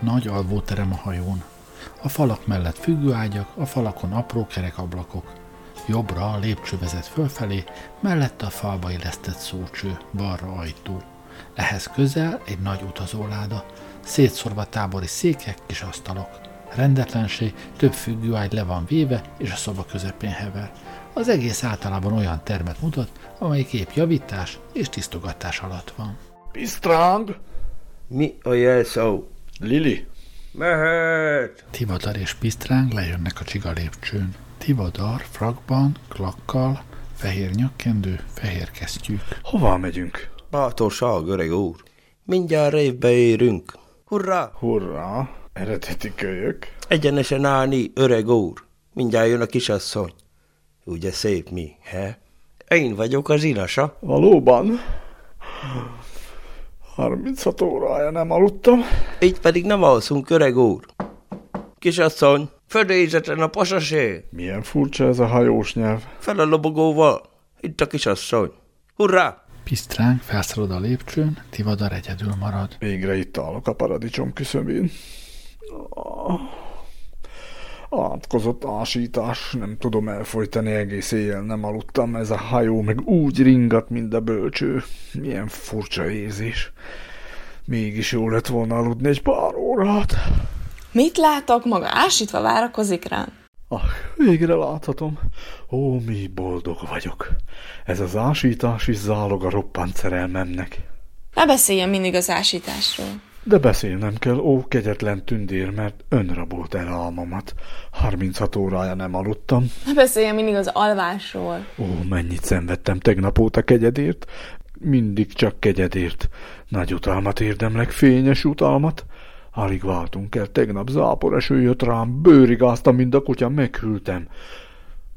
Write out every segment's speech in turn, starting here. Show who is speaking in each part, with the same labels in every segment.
Speaker 1: Nagy alvóterem a hajón. A falak mellett függőágyak, a falakon apró kerekablakok. Jobbra a lépcső vezet fölfelé, mellette a falba illesztett szócső, balra ajtó. Ehhez közel egy nagy utazóláda, szétszorva tábori székek és asztalok. Rendetlenség, több függőágy le van véve, és a szoba közepén hever. Az egész általában olyan termet mutat, amelyik épp javítás és tisztogatás alatt van.
Speaker 2: Pisztráng!
Speaker 3: Mi a jelszó?
Speaker 2: Lili!
Speaker 3: Mehet!
Speaker 1: Tivadar és Pisztráng lejönnek a csiga lépcsőn. Tivadar frakban, klakkal, fehér nyakkendő, fehér kesztyűk.
Speaker 2: Hová megyünk?
Speaker 3: Bátorság, öreg úr! Mindjárt révbe érünk. Hurrá!
Speaker 2: Hurrá! Eredeti kölyök.
Speaker 3: Egyenesen állni, öreg úr! Mindjárt jön a kisasszony. Ugye szép mi, he? Én vagyok az inasa.
Speaker 2: Valóban? 36 órája nem aludtam.
Speaker 3: Így pedig nem alszunk, öreg úr. Kisasszony, fedélzeten a pasasé,
Speaker 2: Milyen furcsa ez a hajós nyelv.
Speaker 3: fel a lobogóval. Itt a kisasszony. Hurrá!
Speaker 1: Pisztráng felszalad a lépcsőn, Tivadar egyedül marad.
Speaker 2: Végre itt állok a paradicsom küszöbén. Ah, Átkozott ásítás, nem tudom elfolytani egész éjjel, nem aludtam, ez a hajó meg úgy ringat, mint a bölcső. Milyen furcsa érzés. Mégis jó lett volna aludni egy pár órát.
Speaker 4: Mit látok? Maga ásítva várakozik rám.
Speaker 2: Ah, végre láthatom. Ó, mi boldog vagyok. Ez az ásítás is zálog a roppant szerelmemnek.
Speaker 4: Ne beszéljen mindig az ásításról.
Speaker 2: De beszélnem kell, ó, kegyetlen tündér, mert önrabolt el álmomat. 36 órája nem aludtam.
Speaker 4: Ne beszéljen mindig az alvásról.
Speaker 2: Ó, mennyit szenvedtem tegnap óta kegyedért. Mindig csak kegyedért. Nagy utalmat érdemlek, fényes utalmat. Alig váltunk el, tegnap zápor eső jött rám, bőrigáztam, mint a kutya, meghűltem.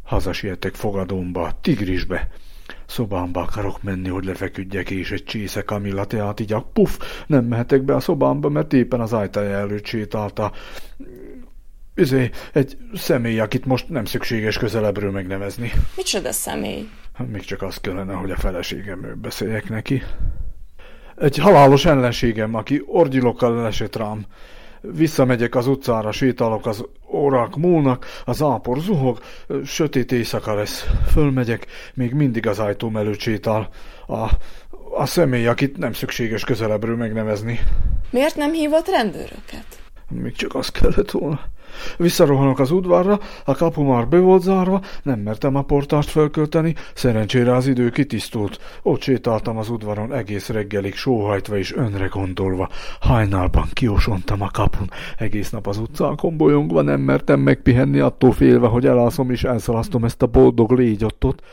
Speaker 2: Hazasietek fogadómba, tigrisbe. Szobámba akarok menni, hogy lefeküdjek, és egy csésze kamilla teát igyak. Puff, nem mehetek be a szobámba, mert éppen az ajtaja előtt sétálta. Üzé, egy személy, akit most nem szükséges közelebbről megnevezni.
Speaker 4: Micsoda személy?
Speaker 2: Hát Még csak az kellene, hogy a feleségemről beszéljek neki. Egy halálos ellenségem, aki orgyilokkal lesett rám. Visszamegyek az utcára, sétálok, az órák múlnak, a zápor zuhog, ö, sötét éjszaka lesz. Fölmegyek, még mindig az ajtóm előtt sétál. A, a személy, akit nem szükséges közelebbről megnevezni.
Speaker 4: Miért nem hívott rendőröket?
Speaker 2: Még csak az kellett volna. Visszarohanok az udvarra, a kapu már be volt zárva, nem mertem a portást fölkölteni, szerencsére az idő kitisztult. Ott sétáltam az udvaron egész reggelig sóhajtva és önre gondolva. Hajnalban kiosontam a kapun, egész nap az utcákon bolyongva nem mertem megpihenni attól félve, hogy elalszom és elszalasztom ezt a boldog légyottot.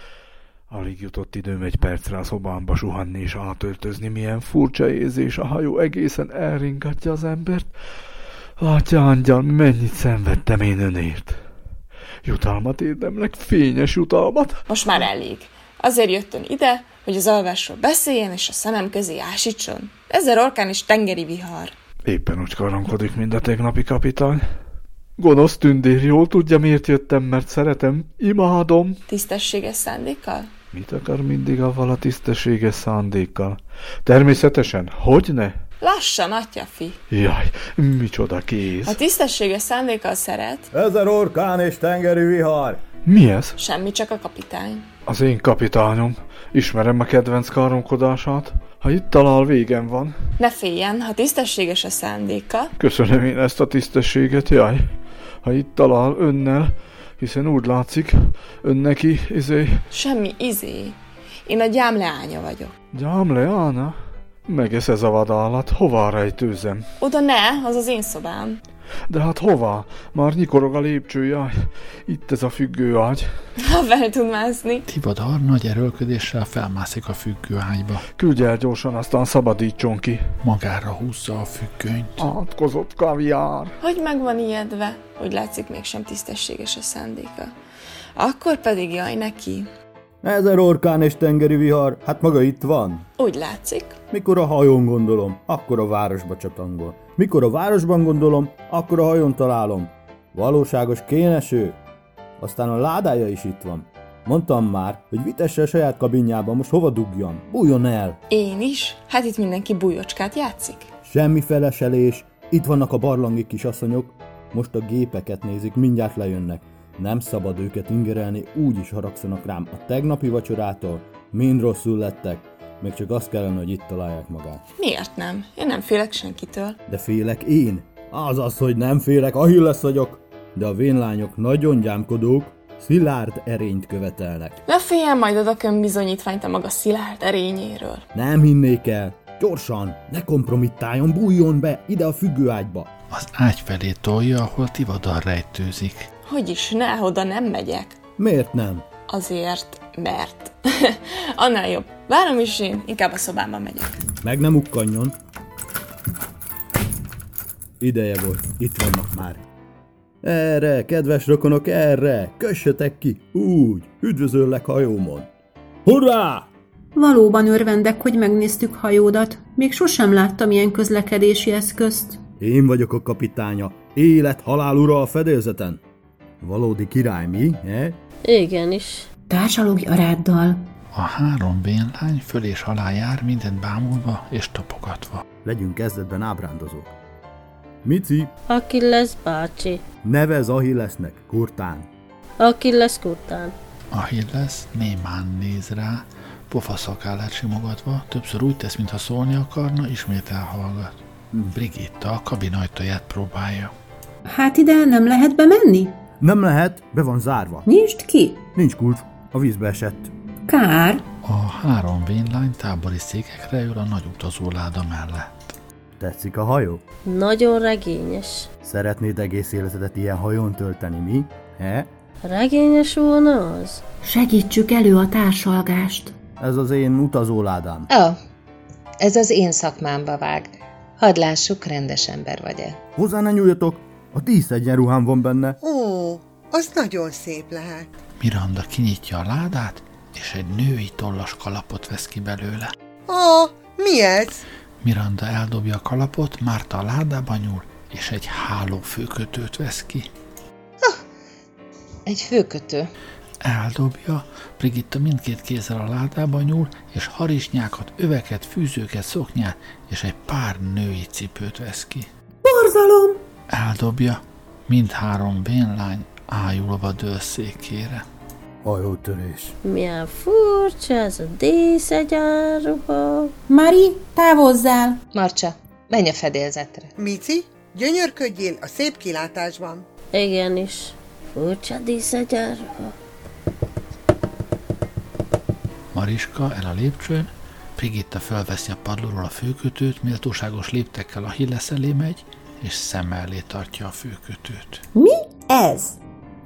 Speaker 2: Alig jutott időm egy percre a szobámba suhanni és átöltözni, milyen furcsa érzés, a hajó egészen elringatja az embert. Atya angyal, mennyit szenvedtem én önért. Jutalmat érdemlek, fényes jutalmat.
Speaker 4: Most már elég. Azért jött ön ide, hogy az alvásról beszéljen és a szemem közé ásítson. Ezer orkán és tengeri vihar.
Speaker 2: Éppen úgy karankodik, mint a tegnapi kapitány. Gonosz tündér, jól tudja, miért jöttem, mert szeretem, imádom.
Speaker 4: Tisztességes szándékkal?
Speaker 2: Mit akar mindig avval a tisztességes szándékkal? Természetesen, hogy ne?
Speaker 4: Lassan, atyafi.
Speaker 2: Jaj, micsoda
Speaker 4: Ha
Speaker 2: kéz.
Speaker 4: tisztességes szándékkal szeret,
Speaker 5: Ezer orkán és tengeri vihar.
Speaker 2: Mi ez?
Speaker 4: semmi csak a kapitány.
Speaker 2: Az én kapitányom. Ismerem a kedvenc karonkodását. Ha itt talál, végem van.
Speaker 4: Ne féljen, ha tisztességes a szándéka,
Speaker 2: Köszönöm én ezt a tisztességet, jaj. Ha itt talál önnel, hiszen úgy látszik, ön neki, izé,
Speaker 4: semmi izé. Én a gyám leánya vagyok.
Speaker 2: gyám Leána? Megesz ez a vadállat, hová rejtőzem?
Speaker 4: Oda ne, az az én szobám.
Speaker 2: De hát hová? Már nyikorog a lépcső, jaj. Itt ez a függő ágy.
Speaker 4: Ha fel tud mászni.
Speaker 1: Tivadar nagy erőlködéssel felmászik a függőágyba.
Speaker 2: Küldj el gyorsan, aztán szabadítson ki.
Speaker 1: Magára húzza a függönyt.
Speaker 2: Átkozott kaviár.
Speaker 4: Hogy meg van ijedve, hogy látszik mégsem tisztességes a szándéka. Akkor pedig jaj neki.
Speaker 5: Ezer orkán és tengeri vihar, hát maga itt van.
Speaker 4: Úgy látszik,
Speaker 5: Mikor a hajón gondolom, akkor a városba csatangol. Mikor a városban gondolom, akkor a hajón találom. Valóságos kéneső. Aztán a ládája is itt van. Mondtam már, hogy vitesse a saját kabinjába, most hova dugjam? Bújjon el!
Speaker 4: én is. Hát itt mindenki bújocskát játszik.
Speaker 5: Semmi feleselés, Itt vannak a barlangi kisasszonyok, most a gépeket nézik, mindjárt lejönnek. Nem szabad őket ingerelni, úgy is haragszanak rám. A tegnapi vacsorától mind rosszul lettek, még csak azt kellene, hogy itt találják magát.
Speaker 4: Miért nem? Én nem félek senkitől.
Speaker 5: De félek én? Az az, hogy nem félek, Achilles vagyok. De a vénlányok nagyon gyámkodók, szilárd erényt követelnek.
Speaker 4: Ne féljen, majd adok ön bizonyítványt a maga szilárd erényéről.
Speaker 5: Nem hinnék el. Gyorsan, ne kompromittáljon, bújjon be ide a függőágyba.
Speaker 1: Az ágy felé tolja, ahol Tivadar rejtőzik.
Speaker 4: Hogy is ne, oda nem megyek.
Speaker 5: Miért nem?
Speaker 4: Azért, mert. Annál jobb. Várom is én, inkább a szobámba megyek.
Speaker 5: Meg nem ukkanjon. Ideje volt, itt vannak már. Erre, kedves rokonok, erre! Kössetek ki! Úgy! Üdvözöllek hajómon! Hurrá!
Speaker 6: Valóban örvendek, hogy megnéztük hajódat. Még sosem láttam ilyen közlekedési eszközt.
Speaker 5: Én vagyok a kapitánya. Élet-halál ura a fedélzeten. Valódi király mi, he?
Speaker 7: Igenis.
Speaker 6: Társalogj a ráddal.
Speaker 1: A három vénlány föl és alá jár, mindent bámulva és tapogatva.
Speaker 5: Legyünk kezdetben ábrándozók. Mici,
Speaker 7: Aki lesz bácsi.
Speaker 5: nevez Ahillesnek, kurtán.
Speaker 7: Aki lesz kurtán.
Speaker 1: Achilles némán néz rá, pofaszakállát simogatva, többször úgy tesz, mintha szólni akarna, ismét elhallgat. Brigitta a kabin ajtaját próbálja.
Speaker 6: Hát ide nem lehet bemenni?
Speaker 5: Nem lehet, be van zárva.
Speaker 6: Nyisd ki!
Speaker 5: Nincs kulcs, a vízbe esett.
Speaker 6: Kár!
Speaker 1: A három vénlány tábori székekre ül a nagy utazóláda mellett.
Speaker 5: Tetszik a hajó?
Speaker 7: Nagyon regényes.
Speaker 5: Szeretnéd egész életedet ilyen hajón tölteni, mi? He?
Speaker 7: Regényes volna az?
Speaker 6: Segítsük elő a társalgást.
Speaker 5: Ez az én utazóládám.
Speaker 8: Ó, ez az én szakmámba vág. Hadd lássuk, rendes ember vagy-e.
Speaker 5: Hozzá ne nyúljatok, a tíz egyenruhám van benne.
Speaker 9: Ó, az nagyon szép lehet.
Speaker 1: Miranda kinyitja a ládát, és egy női tollas kalapot vesz ki belőle.
Speaker 9: Ó, mi ez?
Speaker 1: Miranda eldobja a kalapot, Márta a ládába nyúl, és egy hálófőkötőt vesz ki.
Speaker 8: Egy főkötő.
Speaker 1: Eldobja, Brigitta mindkét kézzel a ládába nyúl, és harisnyákat, öveket, fűzőket, szoknyát, és egy pár női cipőt vesz ki.
Speaker 6: Borzalom!
Speaker 1: Eldobja, mindhárom vénlány ájulva dől székére.
Speaker 5: Hajótörés.
Speaker 7: Milyen furcsa ez a díszegyenruha.
Speaker 6: Mari, távozzál!
Speaker 8: Marcsa, menj a fedélzetre.
Speaker 9: Mici, gyönyörködjél a szép kilátásban.
Speaker 7: Igenis. Furcsa díszegyenruha.
Speaker 1: Mariska el a lépcsőn, Brigitta felveszi a padlóról a főkötőt, méltóságos léptekkel a Hillesz elé megy, és szem elé tartja a főkötőt.
Speaker 6: Ez!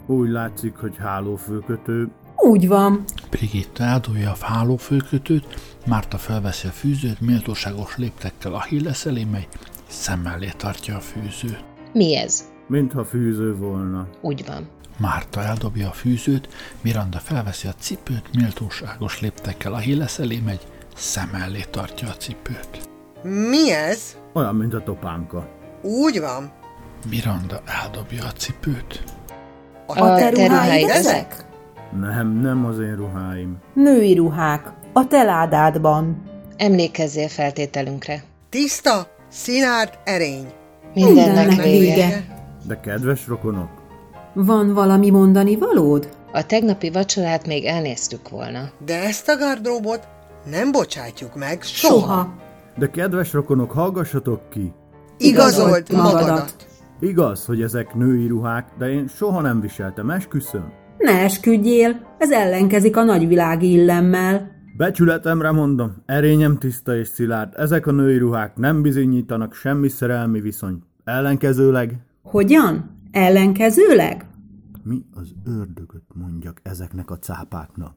Speaker 5: Úgy látszik, hogy hálófőkötő.
Speaker 6: Úgy van.
Speaker 1: Brigitta eldobja a hálófőkötőt, Márta felveszi a fűzőt, méltóságos léptekkel a Hillesz elé megy, szem elé tartja a fűzőt.
Speaker 8: Mi ez?
Speaker 5: Mintha fűző volna.
Speaker 8: Úgy van.
Speaker 1: Márta eldobja a fűzőt, Miranda felveszi a cipőt, méltóságos léptekkel a Hillesz elé megy, szem elé tartja a cipőt.
Speaker 9: Mi ez?
Speaker 5: Olyan, mint a topánka.
Speaker 9: Úgy van.
Speaker 1: Miranda eldobja a cipőt.
Speaker 8: A, te
Speaker 6: ruháid
Speaker 8: ruháid
Speaker 6: ezek?
Speaker 8: ezek?
Speaker 5: Nem, nem az én ruháim.
Speaker 10: Női ruhák. A te ládádban.
Speaker 8: Emlékezzél feltételünkre.
Speaker 9: Tiszta, szilárd erény.
Speaker 8: Mindennek,
Speaker 6: Mindennek
Speaker 8: vége.
Speaker 6: vége.
Speaker 5: De kedves rokonok,
Speaker 6: Van valami mondani valód?
Speaker 8: A tegnapi vacsorát még elnéztük volna.
Speaker 9: De ezt a gardróbot nem bocsátjuk meg soha.
Speaker 6: Soha.
Speaker 5: de kedves rokonok, hallgassatok ki!
Speaker 9: Igazolt magadat.
Speaker 5: Igaz, hogy ezek női ruhák, de én soha nem viseltem, esküszöm.
Speaker 10: Ne esküdjél, ez ellenkezik a nagyvilági illemmel.
Speaker 5: Becsületemre mondom, erényem tiszta és szilárd, ezek a női ruhák nem bizonyítanak semmi szerelmi viszony. Ellenkezőleg...
Speaker 10: Hogyan? Ellenkezőleg?
Speaker 5: Mi az ördögöt mondjak ezeknek a cápáknak?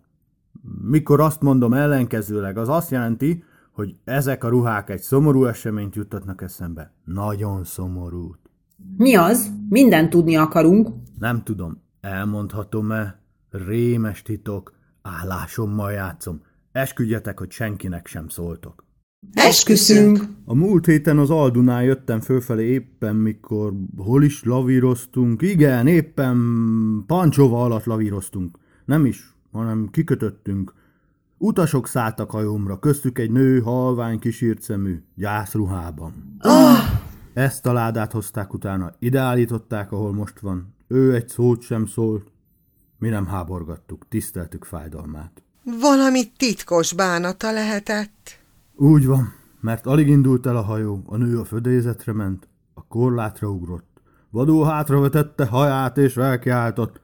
Speaker 5: Mikor azt mondom ellenkezőleg, az azt jelenti, hogy ezek a ruhák egy szomorú eseményt juttatnak eszembe. Nagyon szomorút.
Speaker 10: Mi az? Minden tudni akarunk.
Speaker 5: Nem tudom, elmondhatom-e? Rémes titok, állásommal játszom. Esküdjetek, hogy senkinek sem szóltok.
Speaker 9: Esküszünk.
Speaker 5: A múlt héten az Aldunán jöttem fölfelé éppen, mikor hol is lavíroztunk. Igen, éppen Pancsova alatt lavíroztunk. Nem is, hanem kikötöttünk. Utasok szálltak hajómra, köztük egy nő halvány kisírt szemű, gyászruhában. Ezt a ládát hozták utána, ideállították, ahol most van. Ő egy szót sem szólt. Mi nem háborgattuk, tiszteltük fájdalmát.
Speaker 9: Valami titkos bánata lehetett.
Speaker 5: Úgy van, mert alig indult el a hajó, a nő a födézetre ment, a korlátra ugrott. Vadó hátravetette haját és elkiáltott.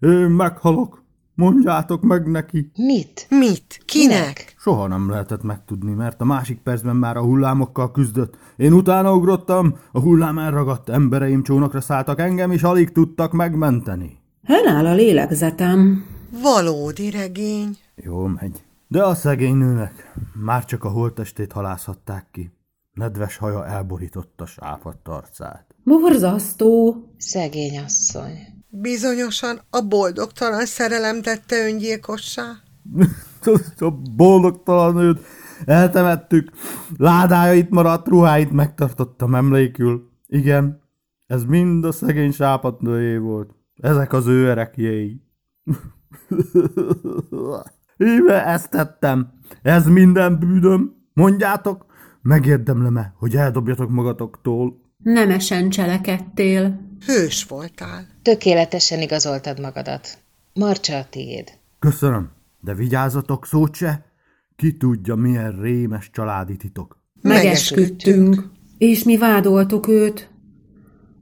Speaker 5: Én meghalok, mondjátok meg neki.
Speaker 8: Mit?
Speaker 9: Mit? Kinek?
Speaker 5: Soha nem lehetett megtudni, mert a másik percben már a hullámokkal küzdött. Én utána ugrottam, a hullám elragadt, embereim csónakra szálltak engem, és alig tudtak megmenteni.
Speaker 10: Eláll a lélegzetem.
Speaker 9: Valódi regény.
Speaker 5: Jól megy. De a szegény nőnek már csak a holttestét halászhatták ki. Nedves haja elborította sápadt arcát.
Speaker 10: Borzasztó.
Speaker 8: Szegény asszony.
Speaker 9: Bizonyosan a boldogtalan szerelem tette öngyilkossá.
Speaker 5: Azt a boldogtalan nőt eltemettük, ládája itt maradt, ruháit megtartottam emlékül. Igen, ez mind a szegény sápatnőjé volt. Ezek az ő erekjéi. Íme ezt tettem. Ez minden bűnöm. Mondjátok, megérdemlem-e, hogy eldobjatok magatoktól?
Speaker 6: Nemesen cselekedtél.
Speaker 9: Hős voltál.
Speaker 8: Tökéletesen igazoltad magadat. Marcsa a tiéd.
Speaker 5: Köszönöm, de vigyázzatok szót se. Ki tudja, milyen rémes családi titok.
Speaker 10: Megesküdtünk.
Speaker 6: És mi vádoltuk őt.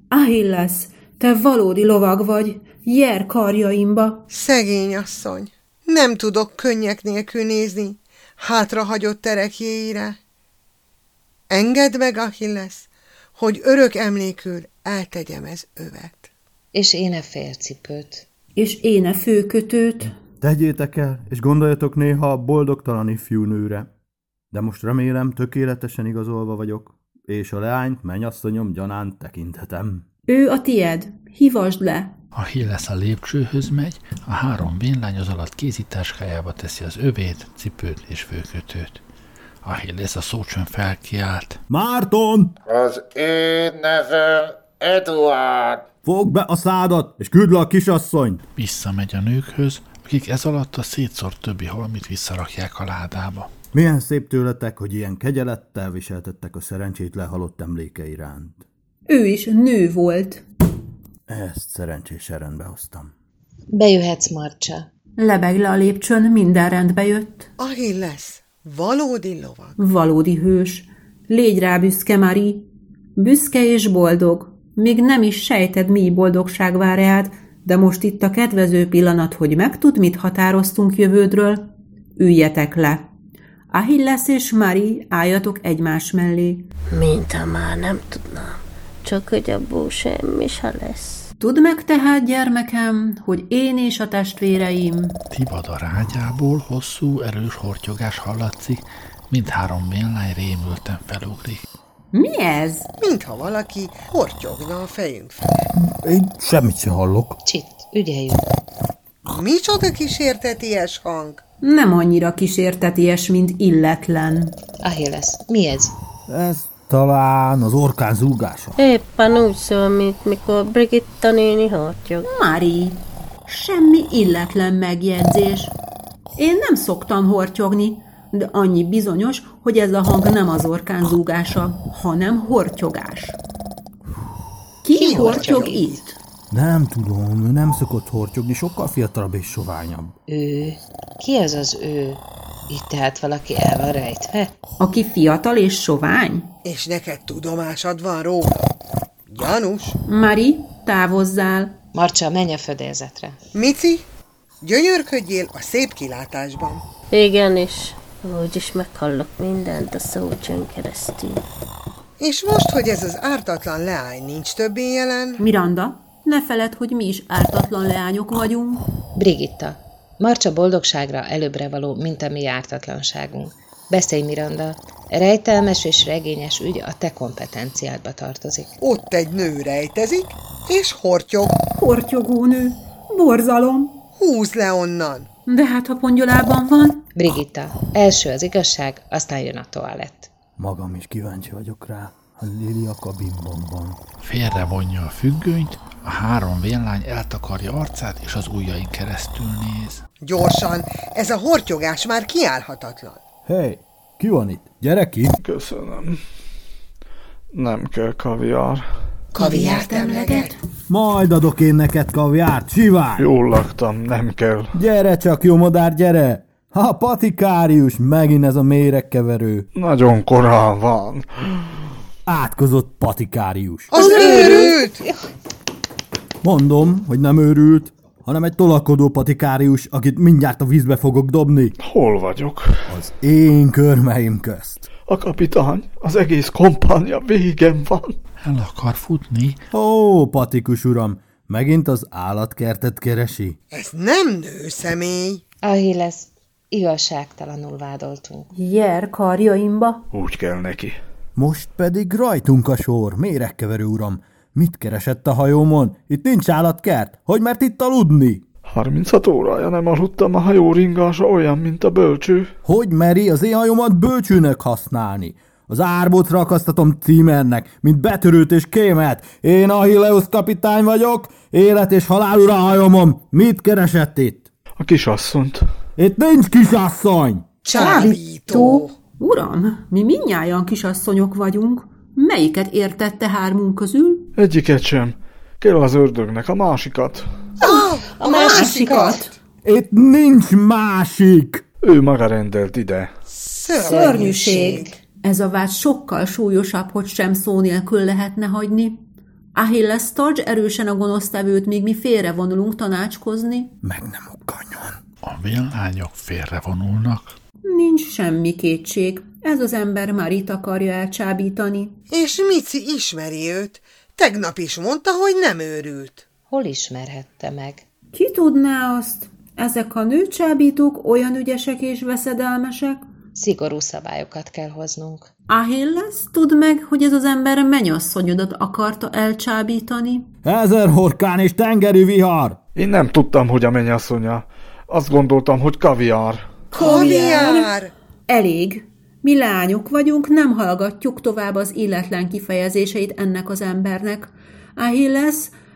Speaker 6: Ahilles, te valódi lovag vagy, jer karjaimba.
Speaker 9: Szegény asszony. Nem tudok könnyek nélkül nézni hátrahagyott terekjéire. Engedd meg, Achilles, hogy örök emlékül eltegyem ez övet.
Speaker 8: És én a félcipőt.
Speaker 6: És én a főkötőt.
Speaker 5: Tegyétek el, és gondoljatok néha a boldogtalan ifjú nőre. De most remélem, tökéletesen igazolva vagyok, és a leányt mennyasszonyom gyanánt tekinthetem.
Speaker 6: Ő a tied. Hivasd le.
Speaker 1: A Hillesz a lépcsőhöz megy, a három vénlány az alatt kézitáskájába teszi az övét, cipőt és főkötőt. A Hillesz a szócsön felkiált.
Speaker 5: Márton!
Speaker 11: Az én nevem Eduard.
Speaker 5: Fogd be a szádat, és küld le a kisasszonyt!
Speaker 1: Visszamegy a nőkhöz, akik ez alatt a szétszórt többi holmit visszarakják a ládába.
Speaker 5: Milyen szép tőletek, hogy ilyen kegyelettel viseltettek a szerencsét lehalott emléke iránt.
Speaker 6: Ő is nő volt.
Speaker 5: Ezt szerencsésen rendbe hoztam.
Speaker 8: Bejöhetsz, Marcsa.
Speaker 6: Lebeg le a lépcsőn, minden rendbe jött.
Speaker 9: Achilles, valódi lovag.
Speaker 6: Valódi hős. Légy rá büszke, Mari. Büszke és boldog. Még nem is sejted, mi boldogság vár rád, de most itt a kedvező pillanat, hogy megtud, mit határoztunk jövődről. Üljetek le. Ahilles és Mari, álljatok egymás mellé.
Speaker 7: Mint ha már nem tudnám. Csak hogy abból semmi se lesz.
Speaker 6: Tudd meg tehát, gyermekem, hogy én és a testvéreim
Speaker 1: Tibad a rágyából hosszú, erős hortyogás hallatszik, mindhárom vénlány rémülten felugrik.
Speaker 10: Mi ez?
Speaker 9: Mintha valaki hortyogna a fejünk felett.
Speaker 5: Én semmit sem hallok.
Speaker 8: Csit, ügyeljünk.
Speaker 9: Micsoda kísérteties hang?
Speaker 6: nem annyira kísérteties, mint illetlen.
Speaker 8: Ahilles, mi ez?
Speaker 5: Ez talán az orkán zúgása.
Speaker 7: Éppen úgy szól, mint mikor Brigitta néni hartyog.
Speaker 6: Mari, semmi illetlen megjegyzés. Én nem szoktam hortyogni, de annyi bizonyos, hogy ez a hang nem az orkán zúgása, hanem hortyogás. Ki, Ki hortyog,
Speaker 8: hortyog
Speaker 6: hortyog itt?
Speaker 5: Nem tudom, ő nem szokott hortyogni, sokkal fiatalabb és soványabb.
Speaker 8: Ő. Ki az az ő? Itt tehát valaki el van rejtve?
Speaker 6: Aki fiatal és sovány?
Speaker 9: És neked tudomásod van róla? Gyanús?
Speaker 6: Mari, távozzál.
Speaker 8: Marcsa, menj a födélzetre.
Speaker 9: Mici, gyönyörködjél a szép kilátásban.
Speaker 7: Igenis. Úgyis meghallok mindent a szócsön keresztül.
Speaker 9: És most, hogy ez az ártatlan leány nincs többé jelen,
Speaker 6: Miranda, ne feled, hogy mi is ártatlan leányok vagyunk.
Speaker 8: Brigitta. Marcsa boldogságra előbbre való, mint a mi ártatlanságunk. Beszélj, Miranda. Rejtelmes és regényes ügy a te kompetenciádba tartozik.
Speaker 9: ott egy nő rejtezik, és hortyog.
Speaker 6: Hortyogó nő, borzalom.
Speaker 9: Húz le onnan!
Speaker 6: De hát, ha pongyolában van,
Speaker 8: Brigitta. Első az igazság, aztán jön a toalett.
Speaker 5: Magam is kíváncsi vagyok rá. A Lili a kabinban van.
Speaker 1: Félre vonja a függönyt, a három vénlány eltakarja arcát, és az ujjain keresztül néz.
Speaker 9: Gyorsan, ez a hortyogás már kiállhatatlan.
Speaker 5: Hé, hey, ki van itt? Gyere ki!
Speaker 2: Köszönöm. Nem kell kaviár.
Speaker 9: Kaviárt emleget?
Speaker 5: Majd adok én neked kaviárt, sivány!
Speaker 2: Jól laktam, nem kell.
Speaker 5: Gyere csak, jó madár, gyere! Ha, patikárius, megint ez a méregkeverő.
Speaker 2: Nagyon korán van.
Speaker 5: Átkozott patikárius.
Speaker 9: Az őrült!
Speaker 5: Mondom, hogy nem őrült, hanem egy tolakodó patikárius, akit mindjárt a vízbe fogok dobni.
Speaker 2: Hol vagyok?
Speaker 5: Az én körmeim közt.
Speaker 2: A kapitány, az egész kompánia végem van.
Speaker 1: El akar futni?
Speaker 5: Ó, patikus uram, megint az állatkertet keresi.
Speaker 9: Ez nem nő személy.
Speaker 8: Ahilles, igazságtalanul vádoltunk.
Speaker 6: Jer karjaimba.
Speaker 2: Úgy kell neki.
Speaker 5: Most pedig rajtunk a sor, méregkeverő uram. Mit keresett a hajómon? Itt nincs állatkert. Hogy mert itt aludni?
Speaker 2: 36 órája nem aludtam, a hajó ringása olyan, mint a bölcső.
Speaker 5: Hogy meri az én hajómat bölcsőnek használni? Az árbot rakasztatom címernek, mint betörőt és kémet. Én Ahilleus kapitány vagyok, élet és halál ura hajomom. Mit keresett itt?
Speaker 2: A kisasszonyt.
Speaker 5: Itt nincs kisasszony!
Speaker 9: Csábító.
Speaker 6: Uram, mi mindnyájan kisasszonyok vagyunk. Melyiket értette hármunk közül?
Speaker 2: Egyiket sem. Kell az ördögnek a másikat.
Speaker 8: A másikat!
Speaker 5: Itt nincs másik!
Speaker 2: Ő maga rendelt ide.
Speaker 9: Szörnyűség.
Speaker 6: Ez a vád sokkal súlyosabb, hogy sem szó nélkül lehetne hagyni. Achilles tarts erősen a gonosztevőt, míg mi félrevonulunk tanácskozni.
Speaker 5: Meg nem okkanjon.
Speaker 1: A villányok félrevonulnak.
Speaker 6: Nincs semmi kétség. Ez az ember már itt akarja elcsábítani.
Speaker 9: És Mici ismeri őt. Tegnap is mondta, hogy nem őrült.
Speaker 8: Hol ismerhette meg?
Speaker 6: Ki tudná azt? Ezek a nőcsábítók olyan ügyesek és veszedelmesek.
Speaker 8: Szigorú szabályokat kell hoznunk.
Speaker 6: Achilles, tudd meg, hogy ez az ember mennyasszonyodat akarta elcsábítani.
Speaker 5: Ezer horkán és tengeri vihar!
Speaker 2: Én nem tudtam, hogy a mennyasszonya. Azt gondoltam, hogy kaviár.
Speaker 9: Kaviár!
Speaker 6: Elég. Mi lányok vagyunk, nem hallgatjuk tovább az illetlen kifejezéseit ennek az embernek. Achilles,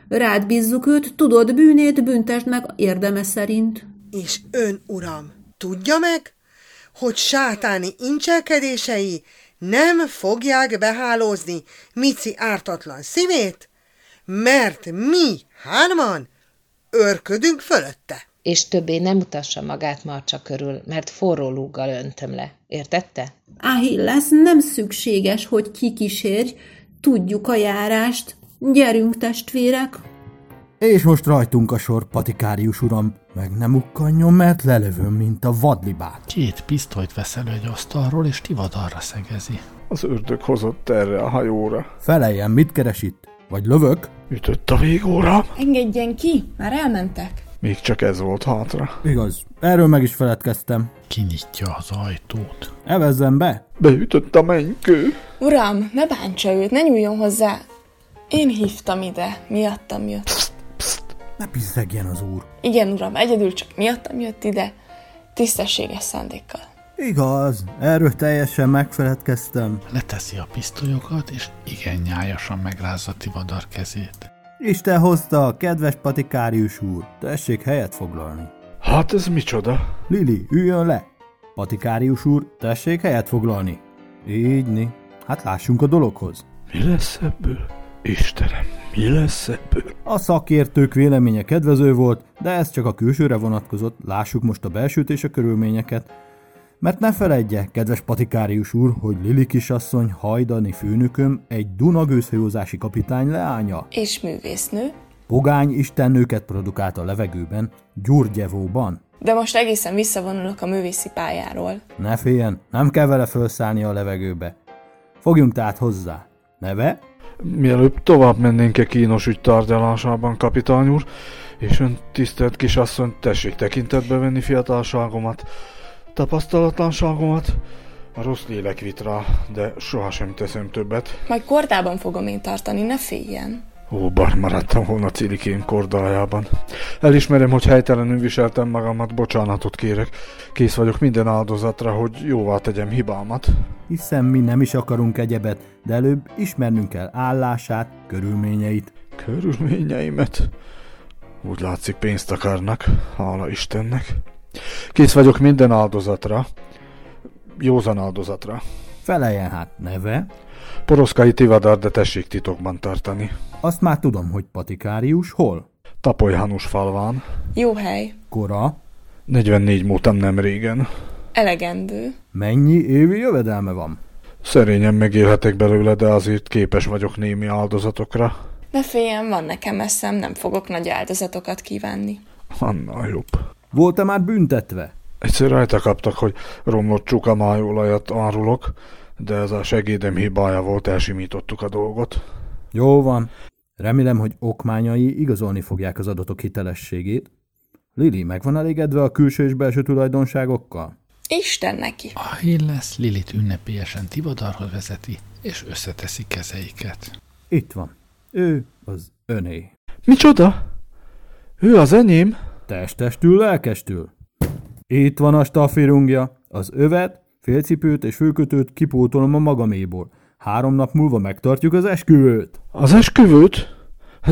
Speaker 6: rád bízzuk őt, tudod bűnét, büntesd meg érdeme szerint.
Speaker 9: És ön, uram, tudja meg, hogy sátáni incselkedései nem fogják behálózni Mici ártatlan szívét, mert mi hát, hárman örködünk fölötte.
Speaker 8: És többé nem utassa magát marcsa körül, mert forró lúggal öntöm le. Értette?
Speaker 6: Achilles, nem szükséges, hogy kikísérj, tudjuk a járást. Gyerünk, testvérek!
Speaker 5: És most rajtunk a sor, patikárius uram. Meg nem ukkanjon, mert lelövöm, mint a vadlibát.
Speaker 1: Két pisztolyt vesz elő egy asztalról, és tivadarra szegezi.
Speaker 2: Az ördög hozott erre a hajóra.
Speaker 5: Feleljen, mit keres itt? Vagy lövök?
Speaker 2: Ütött a végóra.
Speaker 4: Engedjen ki, már elmentek.
Speaker 2: Még csak ez volt hátra.
Speaker 5: Igaz, erről meg is feledkeztem.
Speaker 1: Kinyitja az ajtót.
Speaker 5: Evezzen be!
Speaker 2: Beütött a mennykő.
Speaker 4: Uram, ne bántsa őt, ne nyúljon hozzá. Én hívtam ide, miattam jött.
Speaker 5: Ne pizzegjen az úr.
Speaker 4: Igen, uram, egyedül csak miattam jött ide, tisztességes szándékkal.
Speaker 5: Igaz, erről teljesen megfeledkeztem.
Speaker 1: Leteszi a pisztolyokat, és igen nyájasan megrázza Tivadar kezét.
Speaker 5: Isten hozta a kedves patikárius úr. Tessék helyet foglalni.
Speaker 2: Hát ez micsoda?
Speaker 5: Lili, üljön le. Patikárius úr, tessék helyet foglalni. Így, ni. Hát lássunk a dologhoz.
Speaker 2: Mi lesz ebből? Istenem, mi lesz ebből?
Speaker 5: A szakértők véleménye kedvező volt, de ez csak a külsőre vonatkozott, lássuk most a belsőt és a körülményeket. Mert ne feledje, kedves patikárius úr, hogy Lili kisasszony hajdani főnököm egy Dunagőzhajózási kapitány leánya.
Speaker 4: És művésznő.
Speaker 5: Pogány istennőket produkált a levegőben, Gyurgyevóban.
Speaker 4: De most egészen visszavonulok a művészi pályáról.
Speaker 5: Ne féljen, nem kell vele felszállni a levegőbe. Fogjunk tehát hozzá. Neve?
Speaker 2: Mielőbb tovább mennénk-e kínos ügy tárgyalásában, kapitány úr, és ön tisztelt kisasszony, tessék tekintetbe venni fiatalságomat, tapasztalatlanságomat, a rossz lélek vit rá, de sohasem teszem többet.
Speaker 4: Majd kordában fogom én tartani, ne féljen.
Speaker 2: Ó, bar maradtam volna cilikém kordájában. Elismerem, hogy helytelenül viseltem magamat, bocsánatot kérek. Kész vagyok minden áldozatra, hogy jóvá tegyem hibámat.
Speaker 5: Hiszen mi nem is akarunk egyebet, de előbb ismernünk kell állását, körülményeit.
Speaker 2: Körülményeimet? Úgy látszik pénzt akarnak, hála Istennek. Kész vagyok minden áldozatra, józan áldozatra.
Speaker 5: Feleljen hát neve,
Speaker 2: Poroszkai Tivadar, de tessék titokban tartani.
Speaker 5: Azt már tudom, hogy patikárius hol?
Speaker 2: Tapolyhanus falván.
Speaker 4: Jó hely.
Speaker 5: Kora?
Speaker 2: 44 múltam nem régen.
Speaker 4: Elegendő.
Speaker 5: Mennyi évi jövedelme van?
Speaker 2: Szerényen megélhetek belőle, de azért képes vagyok némi áldozatokra.
Speaker 4: Ne féljen, van nekem eszem, nem fogok nagy áldozatokat kívánni.
Speaker 2: Annál jobb.
Speaker 5: Volt-e már büntetve?
Speaker 2: Egyszer rajta kaptak, hogy romlott csukamájolajat árulok, de ez a segédem hibája volt, elsimítottuk a dolgot.
Speaker 5: Jó van. Remélem, hogy okmányai igazolni fogják az adatok hitelességét. Lili, meg van elégedve a külső és belső tulajdonságokkal?
Speaker 4: Isten neki.
Speaker 1: A Hilles Lilit ünnepélyesen Tivadarhoz vezeti, és összeteszi kezeiket.
Speaker 5: Itt van. Ő az öné.
Speaker 2: Micsoda? Ő az enyém?
Speaker 5: Testestül, lelkestül. Itt van a stafirungja. Az övet, félcipőt és főkötőt kipótolom a magaméból. Három nap múlva megtartjuk az esküvőt.
Speaker 2: Az esküvőt?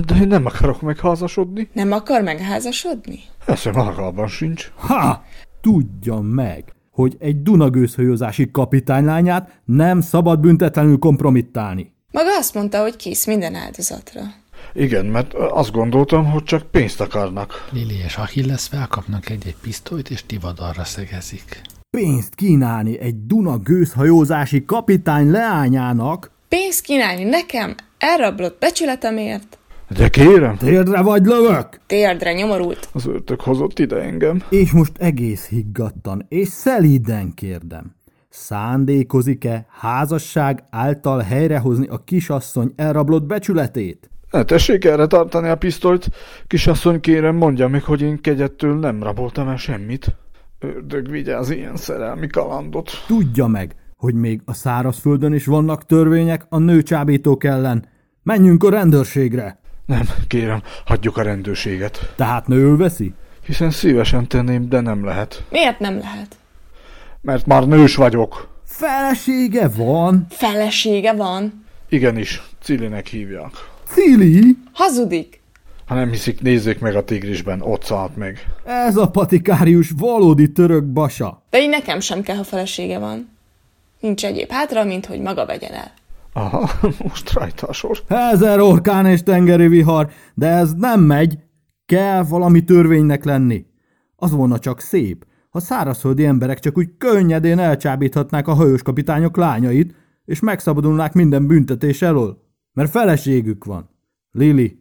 Speaker 2: De én nem akarok megházasodni.
Speaker 4: Nem akar megházasodni?
Speaker 2: Eszem ágában sincs.
Speaker 5: Ha! Tudja meg, hogy egy Dunagőzhajózási kapitánylányát nem szabad büntetlenül kompromittálni.
Speaker 4: Maga azt mondta, hogy kész minden áldozatra.
Speaker 2: Igen, mert azt gondoltam, hogy csak pénzt akarnak.
Speaker 1: Lili és Achilles felkapnak egy-egy pisztolyt, és Tivadarra szegezik.
Speaker 5: Pénzt kínálni egy Duna gőzhajózási kapitány leányának?
Speaker 4: Pénzt kínálni nekem? Elrablott becsületemért?
Speaker 2: De kérem!
Speaker 5: Térdre vagy lövök!
Speaker 4: Térdre nyomorult.
Speaker 2: Az ördög hozott ide engem.
Speaker 5: És most egész higgadtan és szelíden kérdem. Szándékozik-e házasság által helyrehozni a kisasszony elrablott becsületét?
Speaker 2: Ne tessék erre tartani a pisztolyt. Kisasszony, kérem, mondja meg, hogy én kegyettől nem raboltam el semmit. Ördög vigyáz ilyen szerelmi kalandot.
Speaker 5: Tudja meg, hogy még a szárazföldön is vannak törvények a nőcsábítók ellen. Menjünk a rendőrségre!
Speaker 2: Nem, kérem, hagyjuk a rendőrséget.
Speaker 5: Tehát nő veszi?
Speaker 2: Hiszen szívesen tenném, de nem lehet.
Speaker 4: Miért nem lehet?
Speaker 2: Mert már nős vagyok.
Speaker 5: Felesége van?
Speaker 4: Felesége van.
Speaker 2: Igenis, Cilinek hívják.
Speaker 5: Cili?
Speaker 4: Hazudik.
Speaker 2: Ha nem hiszik, nézzék meg a tigrisben, ott szállt meg.
Speaker 5: Ez a patikárius valódi török basa.
Speaker 4: De így nekem sem kell, ha felesége van. Nincs egyéb hátra, mint hogy maga vegyen el.
Speaker 2: Aha, most rajta a sor.
Speaker 5: Ezer orkán és tengeri vihar, de ez nem megy. Kell valami törvénynek lenni. Az volna csak szép, ha szárazföldi emberek csak úgy könnyedén elcsábíthatnák a hajós kapitányok lányait, és megszabadulnák minden büntetés elől, mert feleségük van. Lili,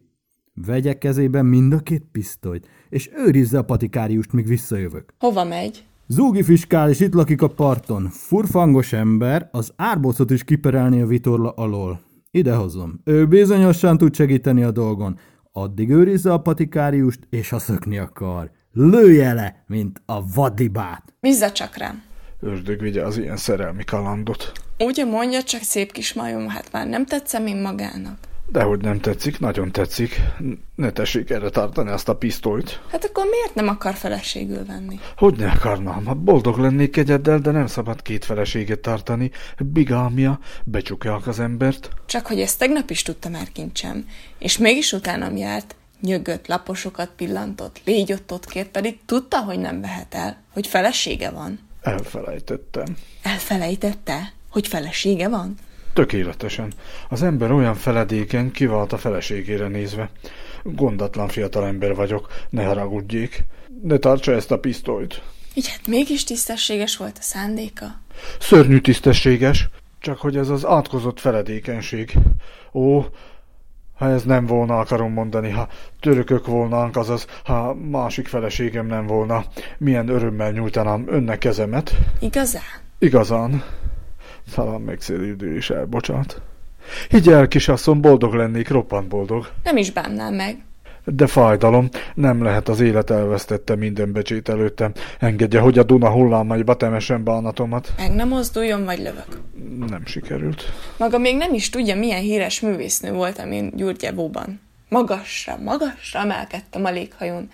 Speaker 5: vegye kezébe mind a két pisztolyt, és őrizze a patikáriust, míg visszajövök.
Speaker 4: Hova megy?
Speaker 5: Zúgi fiskális itt lakik a parton. Furfangos ember, az árbocot is kiperelni a vitorla alól. Idehozom. Ő bizonyosan tud segíteni a dolgon. Addig őrizze a patikáriust, és ha szökni akar. Lője le, mint a vadibát.
Speaker 4: Bízza csak rám.
Speaker 2: Ördög vigye az ilyen szerelmi kalandot.
Speaker 4: Ugye mondja, csak szép kis majom, hát már nem tetszem én magának.
Speaker 2: Dehogy nem tetszik, nagyon tetszik. Ne tessék erre tartani azt a pisztolyt.
Speaker 4: Hát akkor miért nem akar feleségül venni?
Speaker 2: Hogy ne akarnám? Hát boldog lennék egyeddel, de nem szabad két feleséget tartani. Bigámia, becsukják az embert.
Speaker 4: Csak hogy ezt tegnap is tudta már kincsem, és mégis utánam járt, nyögött, laposokat pillantott, légyottot kért, pedig tudta, hogy nem vehet el, hogy felesége van.
Speaker 2: Elfelejtettem.
Speaker 4: Elfelejtette, hogy felesége van?
Speaker 2: Tökéletesen. Az ember olyan feledéken kivált a feleségére nézve. Gondatlan fiatal ember vagyok, ne haragudjék. Ne tartsa ezt a pisztolyt.
Speaker 4: Így hát mégis tisztességes volt a szándéka.
Speaker 2: Szörnyű tisztességes, csak hogy ez az átkozott feledékenység. Ó, ha ez nem volna, akarom mondani, ha törökök volnánk, azaz, ha másik feleségem nem volna, milyen örömmel nyújtanám önnek kezemet.
Speaker 4: Igazán?
Speaker 2: Igazán. Talán megszélődő is elbocsát. Higgy el, kisasszony, boldog lennék, roppant boldog.
Speaker 4: Nem is bánnám meg.
Speaker 2: De fájdalom, nem lehet az élet elvesztette minden becsét előttem. Engedje, hogy a Duna hullámaiba temesen bánatomat.
Speaker 4: Meg nem mozduljon, vagy lövök.
Speaker 2: Nem sikerült.
Speaker 4: Maga még nem is tudja, milyen híres művésznő voltam én Gyurgyevóban. Magasra, magasra emelkedtem a léghajón.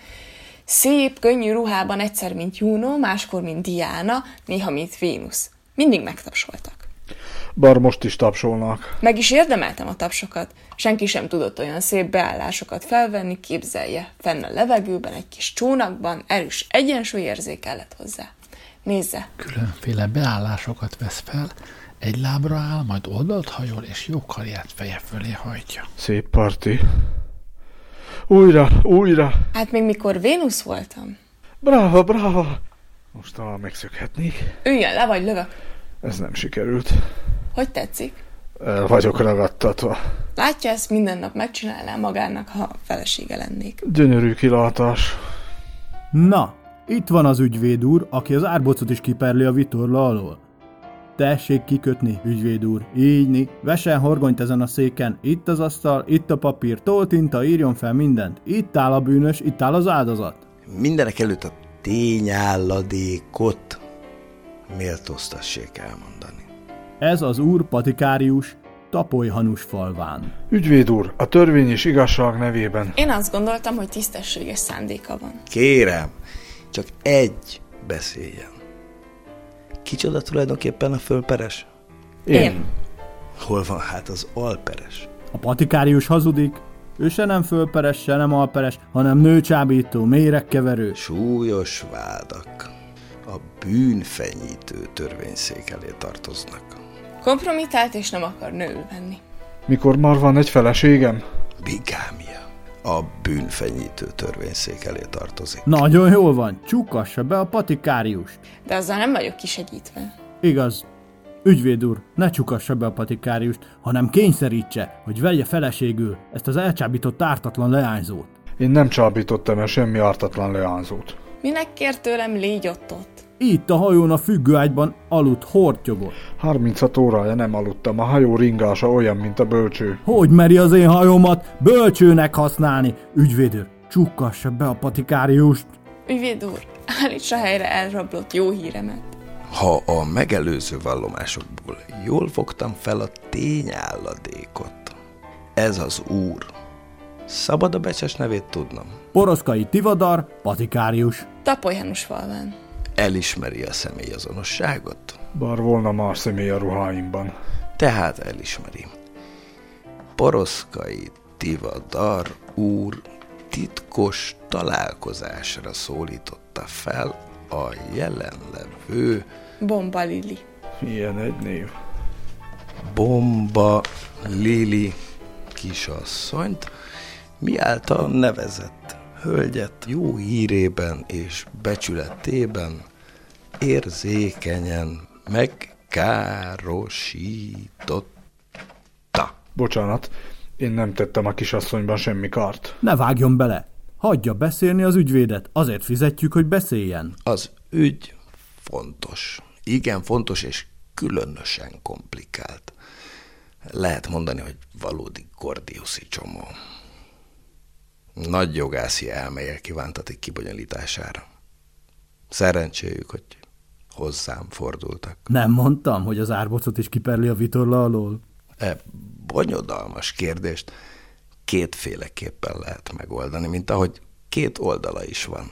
Speaker 4: Szép, könnyű ruhában egyszer, mint Juno, máskor, mint Diana, néha, mint Vénusz. Mindig megtapsoltak.
Speaker 2: Bar most is tapsolnak.
Speaker 4: Meg is érdemeltem a tapsokat. Senki sem tudott olyan szép beállásokat felvenni, képzelje. Fenn a levegőben, egy kis csónakban, erős egyensúlyérzék kellett hozzá. Nézze.
Speaker 1: Különféle beállásokat vesz fel, Egy lábra áll, majd oldalt hajol, és jobb karját feje fölé hajtja.
Speaker 2: Szép parti. Újra, újra.
Speaker 4: Hát még mikor Vénusz voltam.
Speaker 2: Bráva, bráva. Most talán megszökhetnék.
Speaker 4: Üljön le, vagy lövök.
Speaker 2: Ez nem sikerült.
Speaker 4: Hogy tetszik?
Speaker 2: El vagyok ragadtatva.
Speaker 4: Látja, ezt minden nap megcsinálná magának, ha felesége lennék.
Speaker 2: Gyönyörű kilátás.
Speaker 5: Na, itt van az ügyvéd úr, aki az árbocot is kiperli a vitorla alól. Tessék kikötni, ügyvéd úr, ígyni, vesen horgonyt ezen a széken, itt az asztal, itt a papír, toltinta, írjon fel mindent, itt áll a bűnös, itt áll az áldozat.
Speaker 3: Mindenek előtt a tényálladékot méltóztassék elmondani.
Speaker 5: Ez az úr patikárius, tapolyhanus falván.
Speaker 2: Ügyvéd úr, a törvény és igazság nevében.
Speaker 4: Én azt gondoltam, hogy tisztességes szándéka van.
Speaker 3: Kérem, csak egy beszéljen. Kicsoda tulajdonképpen a fölperes?
Speaker 4: Én.
Speaker 3: Hol van hát az alperes?
Speaker 5: A patikárius hazudik, ő se nem fölperes, se nem alperes, hanem nőcsábító, méregkeverő.
Speaker 3: Súlyos vádak. A bűnfenyítő törvényszék elé tartoznak.
Speaker 4: Kompromitált és nem akar nőül venni.
Speaker 2: Mikor már van egy feleségem?
Speaker 3: Bigámia. A bűnfenyítő törvényszék elé tartozik.
Speaker 5: Nagyon jól van, csukassa be a patikáriust.
Speaker 4: De azzal nem vagyok kisegítve.
Speaker 5: Igaz. Ügyvéd úr, ne csukassa be a patikáriust, hanem kényszerítse, hogy vegye feleségül ezt az elcsábított ártatlan leányzót.
Speaker 2: Én nem csábítottam el semmi ártatlan leánzót.
Speaker 4: Minek kér tőlem légy ott ott?
Speaker 5: Itt a hajón a függőágyban aludt hortyogott.
Speaker 2: 36 órája nem aludtam, a hajó ringása olyan, mint a bölcső.
Speaker 5: Hogy meri az én hajómat bölcsőnek használni? Ügyvéd úr, csukkassa be a patikáriust.
Speaker 4: Ügyvéd úr, állítsa helyre elrablott jó híremet.
Speaker 3: Ha a megelőző vallomásokból jól fogtam fel a tényálladékot, ez az úr. Szabad a becses nevét tudnom.
Speaker 5: Poroszkai Tivadar, patikárius.
Speaker 4: Tapolyhanus falván.
Speaker 3: Elismeri a személyazonosságot?
Speaker 2: Bár volna más személy a ruháimban.
Speaker 3: Tehát elismeri. Poroszkai Tivadar úr titkos találkozásra szólította fel a jelenlevő
Speaker 4: Bomba Lili.
Speaker 2: Milyen egy név.
Speaker 3: Bomba Lili kisasszonyt, miáltal nevezett hölgyet jó hírében és becsületében érzékenyen megkárosította.
Speaker 2: Bocsánat, én nem tettem a kisasszonyban semmi kart.
Speaker 5: Ne vágjon bele! Hagyja beszélni az ügyvédet, azért fizetjük, hogy beszéljen.
Speaker 3: Az ügy fontos. Igen fontos és különösen komplikált. Lehet mondani, hogy valódi gordiuszi csomó. Nagy jogászi elmélyek kívántatik kibonyolítására. Szerencséjük, hogy hozzám fordultak.
Speaker 5: Nem mondtam, hogy az árbocot is kiperli a vitorla alól.
Speaker 3: E bonyodalmas kérdést kétféleképpen lehet megoldani, mint ahogy két oldala is van.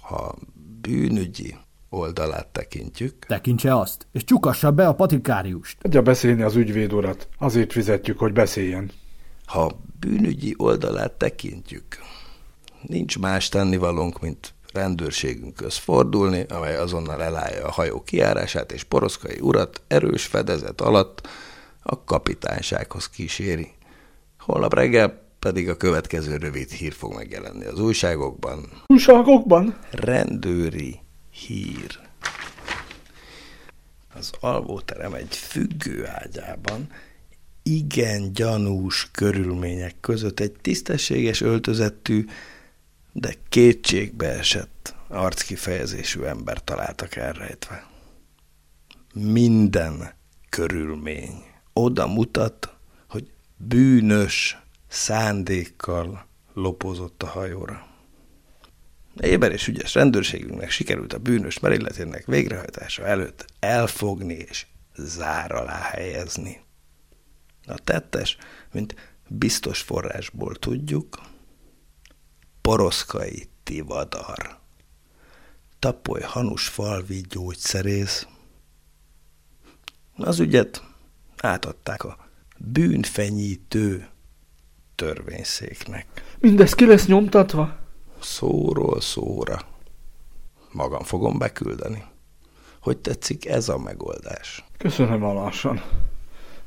Speaker 3: Ha bűnügyi oldalát tekintjük,
Speaker 5: Tekintse azt, és csukassa be a patikáriust.
Speaker 2: Adja beszélni az ügyvéd urat, azért fizetjük, hogy beszéljen.
Speaker 3: ha bűnügyi oldalát tekintjük, nincs más tennivalónk, mint rendőrségünkhöz fordulni, amely azonnal elállja a hajó kiárását, és poroszkai urat erős fedezet alatt a kapitánysághoz kíséri. Holnap reggel pedig a következő rövid hír fog megjelenni az újságokban,
Speaker 2: Újságokban?
Speaker 3: rendőri hír. Az alvóterem egy függő ágyában igen gyanús körülmények között egy tisztességes öltözettű, de kétségbeesett arckifejezésű ember találtak elrejtve. Minden körülmény oda mutat, hogy bűnös szándékkal lopozott a hajóra. Éber és ügyes rendőrségünknek sikerült a bűnös merilletének végrehajtása előtt elfogni és zár alá helyezni. A tettes, mint biztos forrásból tudjuk, poroszkai tivadar. Tapoly Hanus falvi gyógyszerész. Az ügyet átadták a bűnfenyítő törvényszéknek
Speaker 2: Mindez ki lesz nyomtatva?
Speaker 3: szóról szóra. Magam fogom beküldeni. Hogy tetszik ez a megoldás?
Speaker 2: Köszönöm alásan.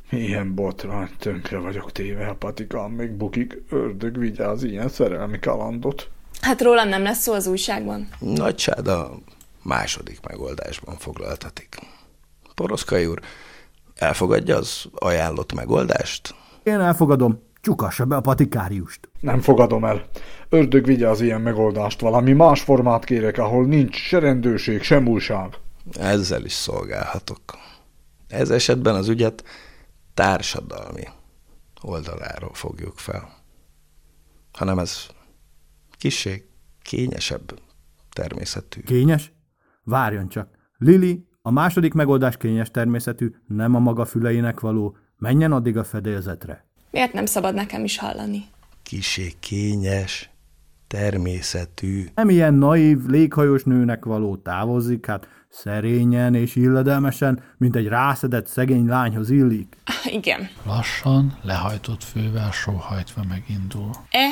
Speaker 2: Milyen botrány, tönkre vagyok téve, a patikám még bukik, ördög vigyáz ilyen szerelmi kalandot.
Speaker 4: Hát rólam nem lesz szó az újságban.
Speaker 3: Nagy Sáda második megoldásban foglaltatik. Poroszkai úr, elfogadja az ajánlott megoldást?
Speaker 5: Én elfogadom. Csukassa be a patikáriust.
Speaker 2: Nem fogadom el. Ördög vigye az ilyen megoldást, valami más formát kérek, ahol nincs se rendőrség, sem újság.
Speaker 3: Ezzel is szolgálhatok. Ez esetben az ügyet társadalmi oldaláról fogjuk fel. Hanem ez kissé kényesebb természetű.
Speaker 5: Kényes? Várjon csak. Lili, a második megoldás kényes természetű, nem a maga füleinek való. Menjen addig a fedélzetre.
Speaker 4: Miért nem szabad nekem is hallani?
Speaker 3: Kisé kényes természetű.
Speaker 5: Nem ilyen naív, léghajós nőnek való távozik, hát szerényen és illedelmesen, mint egy rászedett szegény lányhoz illik.
Speaker 4: Ah, Igen.
Speaker 1: Lassan, lehajtott fővel, sóhajtva megindul.
Speaker 4: E,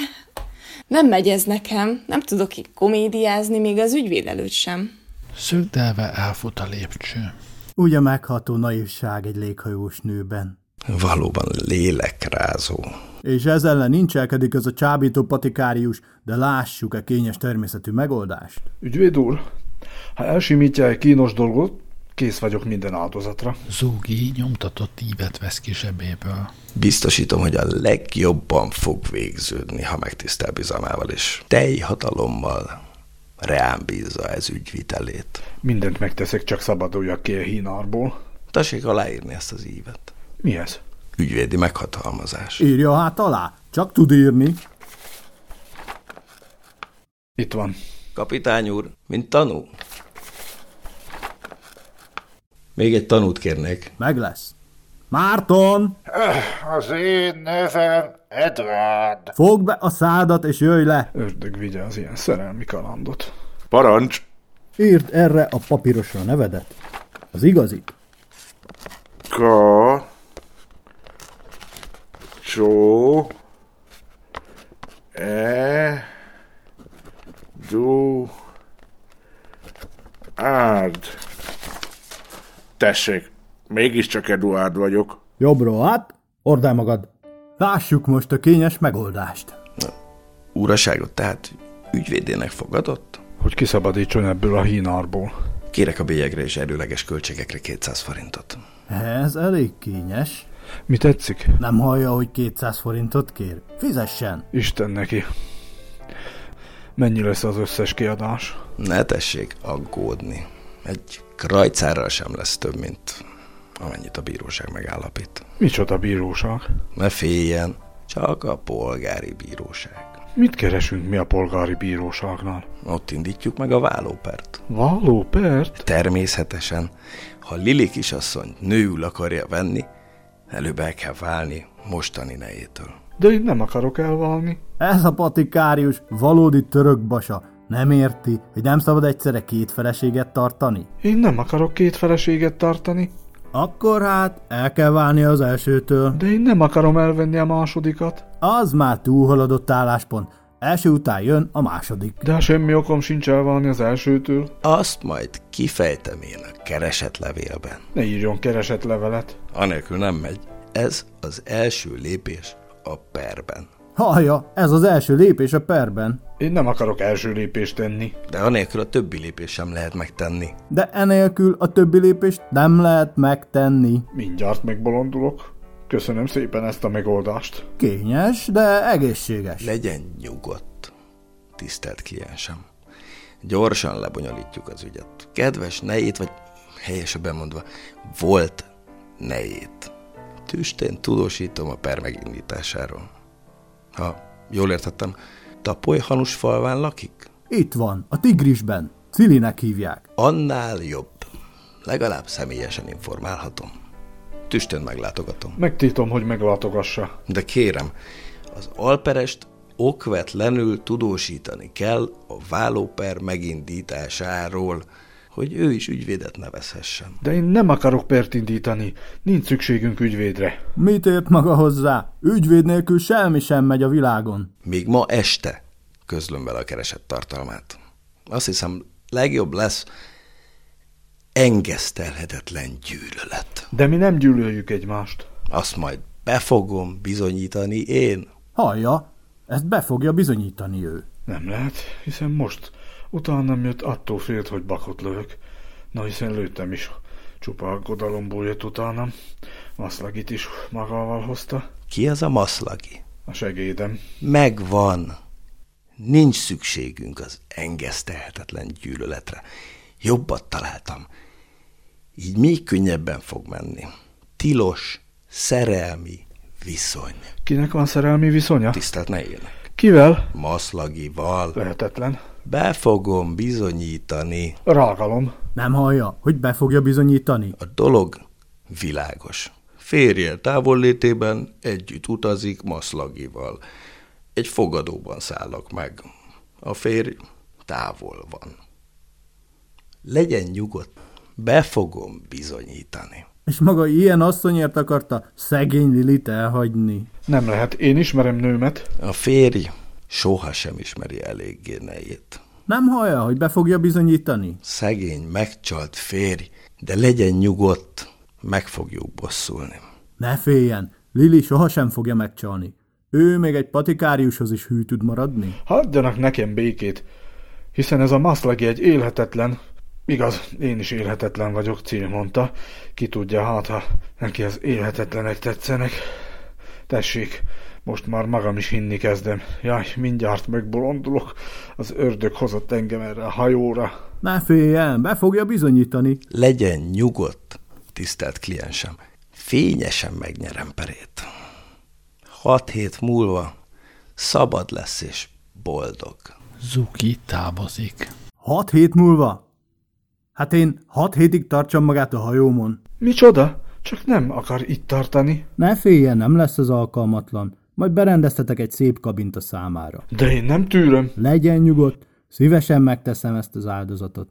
Speaker 4: nem megy ez nekem. Nem tudok így komédiázni, még az ügyvéd előtt sem.
Speaker 1: Szögdelve elfut a lépcső.
Speaker 5: Úgy a megható naivság egy léghajós nőben.
Speaker 3: Valóban lélekrázó.
Speaker 5: És ez ellen nincselkedik ez a csábító patikárius, de lássuk-e kényes természetű megoldást.
Speaker 2: Ügyvéd úr, ha elsimítja egy kínos dolgot, kész vagyok minden áldozatra.
Speaker 1: Zógi nyomtatott ívet vesz ki zsebéből.
Speaker 3: Biztosítom, hogy a legjobban fog végződni, ha megtisztel bizalmával és telj hatalommal reám bízza ez ügyvitelét.
Speaker 2: Mindent megteszek, csak szabaduljak ki a hínárból.
Speaker 3: Tessék aláírni ezt az ívet.
Speaker 2: Mi ez?
Speaker 3: Ügyvédi meghatalmazás.
Speaker 5: Írja hát alá, csak tud írni.
Speaker 2: Itt van.
Speaker 3: Kapitány úr, mint tanú. Még egy tanút kérnék.
Speaker 5: Meg lesz. Márton,
Speaker 11: Öh, Az én nevem Edward.
Speaker 5: fogd be a szádat és jöjj le!
Speaker 2: Ördög vigye az ilyen szerelmi kalandot.
Speaker 12: Parancs!
Speaker 5: Írd erre a papírosra nevedet. Az igazi.
Speaker 12: K. Csó. E. Du. Árd. Tessék, mégiscsak Eduard vagyok.
Speaker 5: Jobbról át, ordál magad. Lássuk most a kényes megoldást.
Speaker 3: Úraságot tehát ügyvédének fogadott?
Speaker 2: Hogy kiszabadítson ebből a hínárból.
Speaker 3: Kérek a bélyegre és erőleges költségekre 200 forintot.
Speaker 5: Ez elég kényes.
Speaker 2: Mi tetszik?
Speaker 5: Nem hallja, hogy 200 forintot kér. Fizessen!
Speaker 2: Isten neki. Mennyi lesz az összes kiadás?
Speaker 3: Ne tessék aggódni. Egy krajcárral sem lesz több, mint amennyit a bíróság megállapít.
Speaker 2: Micsoda bíróság?
Speaker 3: Ne féljen, csak a polgári bíróság.
Speaker 2: Mit keresünk mi a polgári bíróságnál?
Speaker 3: Ott indítjuk meg a vállópert.
Speaker 2: Való pert?
Speaker 3: Természetesen, ha Lili kisasszony nőül akarja venni, előbb el kell válni mostani nejétől.
Speaker 2: De én nem akarok elválni.
Speaker 5: Ez a patikárius valódi török basa. Nem érti, hogy nem szabad egyszerre két feleséget tartani?
Speaker 2: Én nem akarok két feleséget tartani,
Speaker 5: Akkor hát el kell válni az elsőtől.
Speaker 2: de én nem akarom elvenni a másodikat.
Speaker 5: Az már túlhaladott álláspont. Első után jön a második.
Speaker 2: De hát semmi okom sincs elválni az elsőtől.
Speaker 3: Azt majd kifejtem én a keresett levélben.
Speaker 2: Ne írjon keresett levelet.
Speaker 3: Anélkül nem megy. Ez az első lépés a perben.
Speaker 5: Hallja, ez az első lépés a perben.
Speaker 2: Én nem akarok első lépést tenni.
Speaker 3: De anélkül a többi lépés sem lehet megtenni.
Speaker 5: De enélkül a többi lépést nem lehet megtenni.
Speaker 2: Mindjárt megbolondulok. Köszönöm szépen ezt a megoldást.
Speaker 5: Kényes, de egészséges.
Speaker 3: Legyen nyugodt, tisztelt kliensem. Gyorsan lebonyolítjuk az ügyet. Kedves nejét, vagy helyesebben mondva, volt nejét. Tüstén tudósítom a per megindításáról. Ha jól értettem, Tapoly Hanus falván lakik?
Speaker 5: Itt van, a tigrisben. Cilinek hívják.
Speaker 3: Annál jobb. Legalább személyesen informálhatom. Tüstön meglátogatom.
Speaker 2: Megtiltom, hogy meglátogassa.
Speaker 3: De kérem, az alperest okvetlenül tudósítani kell a vállóper megindításáról, hogy ő is ügyvédet nevezhessen.
Speaker 2: De én nem akarok pert indítani. Nincs szükségünk ügyvédre.
Speaker 5: Mit ért maga hozzá? Ügyvéd nélkül semmi sem megy a világon.
Speaker 3: Még ma e- este közlöm vele a keresett tartalmát. Azt hiszem, legjobb lesz engesztelhetetlen gyűlölet.
Speaker 2: De mi nem gyűlöljük egymást.
Speaker 3: Azt majd be fogom bizonyítani én.
Speaker 5: Hallja, ezt be fogja bizonyítani ő.
Speaker 2: Nem lehet, hiszen most utána jött attól félt, hogy bakot lövök. Na, hiszen lőttem is. Csupa aggodalomból jött utánam. Maszlagit is magával hozta.
Speaker 3: Ki az a maszlagi?
Speaker 2: A segédem.
Speaker 3: Megvan. Nincs szükségünk az engesztelhetetlen gyűlöletre. Jobbat találtam. Így még könnyebben fog menni. Tilos, szerelmi viszony.
Speaker 2: Kinek van szerelmi viszonya?
Speaker 3: Tisztelt ne élnek.
Speaker 2: Kivel?
Speaker 3: Maszlagival.
Speaker 2: Lehetetlen.
Speaker 3: Be fogom bizonyítani.
Speaker 2: Rágalom.
Speaker 5: Nem hallja, hogy be fogja bizonyítani?
Speaker 3: A dolog világos. Férje távollétében együtt utazik maszlagival. Egy fogadóban szállnak meg. A férj távol van. Legyen nyugodt, be fogom bizonyítani.
Speaker 5: És maga ilyen asszonyért akarta szegény Lilit elhagyni.
Speaker 2: Nem lehet, én ismerem nőmet.
Speaker 3: A férj sohasem ismeri eléggé nejét.
Speaker 5: Nem hallja, hogy be fogja bizonyítani?
Speaker 3: Szegény, megcsalt férj, de legyen nyugodt, meg fogjuk bosszulni.
Speaker 5: Ne féljen, Lili sohasem fogja megcsalni. Ő még egy patikáriushoz is hű tud maradni.
Speaker 2: Hagyjanak nekem békét, hiszen ez a maszlagi egy élhetetlen, Igaz, én is élhetetlen vagyok, Cil mondta. Ki tudja, hát ha neki az élhetetlenek tetszenek. Tessék, most már magam is hinni kezdem. Jaj, mindjárt megbolondulok. Az ördög hozott engem erre a hajóra.
Speaker 5: Ne féljen, be fogja bizonyítani.
Speaker 3: Legyen nyugodt, tisztelt kliensem. Fényesen megnyerem perét. Hat hét múlva szabad lesz és boldog.
Speaker 1: Zuki távozik.
Speaker 5: Hat hét múlva? Hát én hat hétig tartsam magát a hajómon.
Speaker 2: Micsoda? Csak nem akar itt tartani.
Speaker 5: Ne féljen, nem lesz az alkalmatlan. Majd berendeztetek egy szép kabint a számára.
Speaker 2: De én nem tűröm.
Speaker 5: Legyen nyugodt, szívesen megteszem ezt az áldozatot.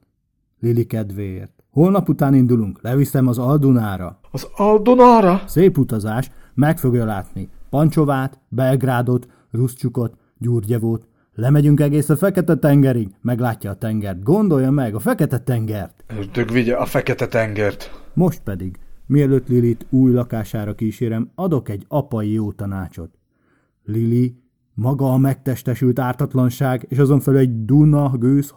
Speaker 5: Lili kedvéért. Holnap után indulunk, leviszem az Aldunára.
Speaker 2: Az Aldunára?
Speaker 5: Szép utazás, meg fogja látni. Pancsovát, Belgrádot, Ruszcsukot, Gyurgyevót, Lemegyünk egész a fekete tengerig, meglátja a tengert. Gondolja meg, a fekete tengert!
Speaker 2: Ördög vigye a fekete tengert!
Speaker 5: Most pedig, mielőtt Lilit új lakására kísérem, adok egy apai jó tanácsot. Lili, maga a megtestesült ártatlanság, és azon felül egy Duna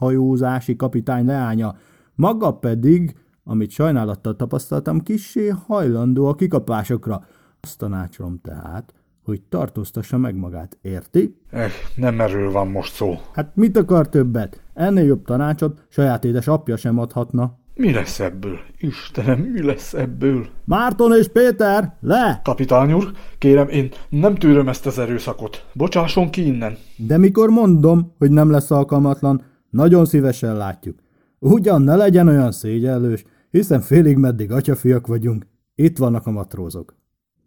Speaker 5: gőzhajózási kapitány leánya, maga pedig, amit sajnálattal tapasztaltam, kissé hajlandó a kikapásokra. Azt tanácsolom tehát, hogy tartóztassa meg magát, érti?
Speaker 2: Eh, nem erről van most szó.
Speaker 5: Hát mit akar többet? Ennél jobb tanácsot saját édes apja sem adhatna.
Speaker 2: Mi lesz ebből? Istenem, mi lesz ebből?
Speaker 5: Márton és Péter, le!
Speaker 2: Kapitány úr, kérem, én nem tűröm ezt az erőszakot. Bocsásson ki innen.
Speaker 5: De mikor mondom, hogy nem lesz alkalmatlan, nagyon szívesen látjuk. Ugyan ne legyen olyan szégyellős, hiszen félig meddig atyafiak vagyunk. Itt vannak a matrózok.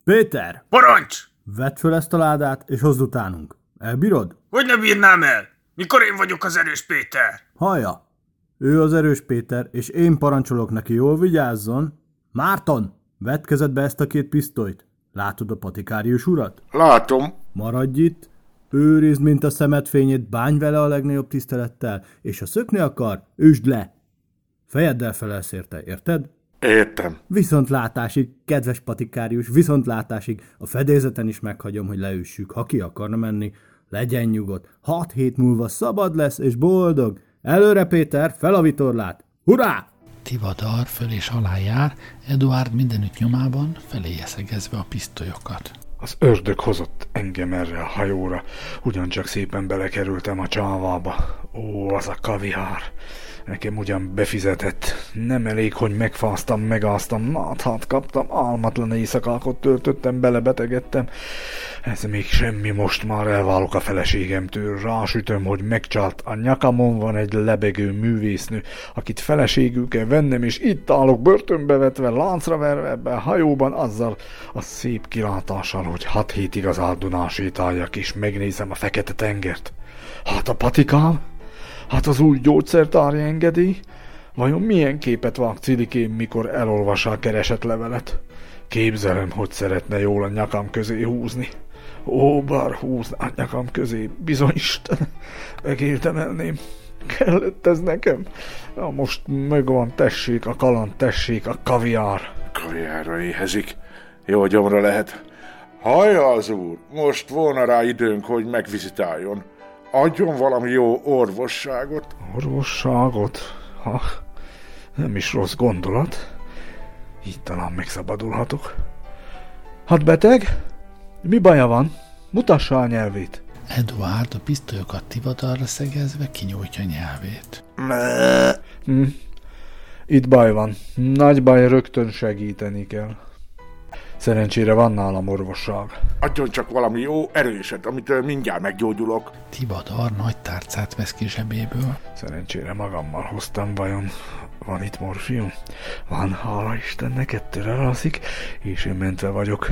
Speaker 5: Péter!
Speaker 13: Parancs!
Speaker 5: Vedd föl ezt a ládát, és hozd utánunk. Elbírod?
Speaker 13: Hogy ne bírnám el? Mikor én vagyok az erős Péter?
Speaker 5: Hallja, ő az erős Péter, és én parancsolok neki, jól vigyázzon. Márton, vedd kezedbe ezt a két pisztolyt. Látod a patikárius urat?
Speaker 12: Látom.
Speaker 5: Maradj itt, őrizd, mint a szemed fényét, bánj vele a legnagyobb tisztelettel, és ha szökni akar, üsd le. Fejeddel felelsz érte, érted?
Speaker 12: Értem.
Speaker 5: Viszontlátásig, kedves patikárius, viszontlátásig. A fedélzeten is meghagyom, hogy leüssük. Ha ki akarna menni, legyen nyugodt. Hat hét múlva szabad lesz és boldog. Előre, Péter, fel a vitorlát! Hurrá!
Speaker 1: Tivadar föl és alá jár, Eduard mindenütt nyomában feléje szegezve a pisztolyokat.
Speaker 2: Az ördög hozott engem erre a hajóra, ugyancsak szépen belekerültem a csávába. Ó, az a kavihár! Nekem ugyan befizetett. Nem elég, hogy megfáztam, megáztam, náthát kaptam, álmatlan éjszakákat töltöttem, belebetegedtem. Ez még semmi, most már elválok a feleségemtől. Rásütöm, hogy megcsalt. A nyakamon van egy lebegő művésznő, akit feleségül kell vennem, és itt állok börtönbe vetve, láncra verve ebbe a hajóban, azzal a szép kilátással, hogy hat hétig az áldunán sétáljak, és megnézem a fekete tengert. Hát a patikám? Hát az új gyógyszertári engedély? Vajon milyen képet vág Cilikém, mikor elolvassa a keresett levelet? Képzelem, hogy szeretne jól a nyakam közé húzni. Ó, bár húzná a nyakam közé, bizony Isten, megérdemelném. Kellett ez nekem? Na most megvan, tessék a kaland, tessék a kaviár.
Speaker 12: Kaviárra éhezik. Jó gyomra lehet. Hallja az úr, most volna rá időnk, hogy megvizitáljon. Adjon valami jó orvosságot.
Speaker 2: Orvosságot? Ha, nem is rossz gondolat. Így talán megszabadulhatok. Hát beteg? Mi baja van? Mutassa a nyelvét.
Speaker 1: Eduard a pisztolyokat tivadarra szegezve kinyújtja nyelvét.
Speaker 2: Hm. Itt baj van. Nagy baj, rögtön segíteni kell. Szerencsére van nálam orvosság.
Speaker 12: Adjon csak valami jó erőset, amitől mindjárt meggyógyulok.
Speaker 1: Tivadar nagy tárcát vesz ki zsebéből.
Speaker 2: Szerencsére magammal hoztam, vajon van itt morfium? Van, hála Istennek, ettől elalszik, és én mentve vagyok.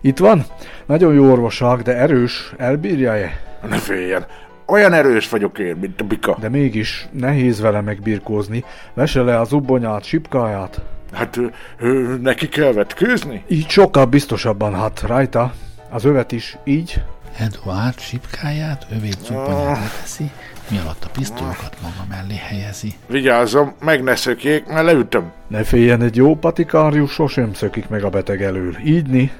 Speaker 2: Itt van? Nagyon jó orvosság, de erős, elbírja-e?
Speaker 12: Ne féljen, olyan erős vagyok én, mint a bika.
Speaker 2: De mégis nehéz vele megbirkózni. Vese le az ubbonyát, sipkáját.
Speaker 12: Hát ő, ő, neki kell vetkőzni?
Speaker 2: Így sokkal biztosabban hat rajta. Az övet is így.
Speaker 1: Eduard sipkáját, övét zubbanyát leveszi, mi alatt a pisztolyokat maga mellé helyezi.
Speaker 12: Vigyázzam, meg ne szökjék, mert leütöm.
Speaker 2: Ne féljen, egy jó patikárius sosem szökik meg a beteg elől. Így ni?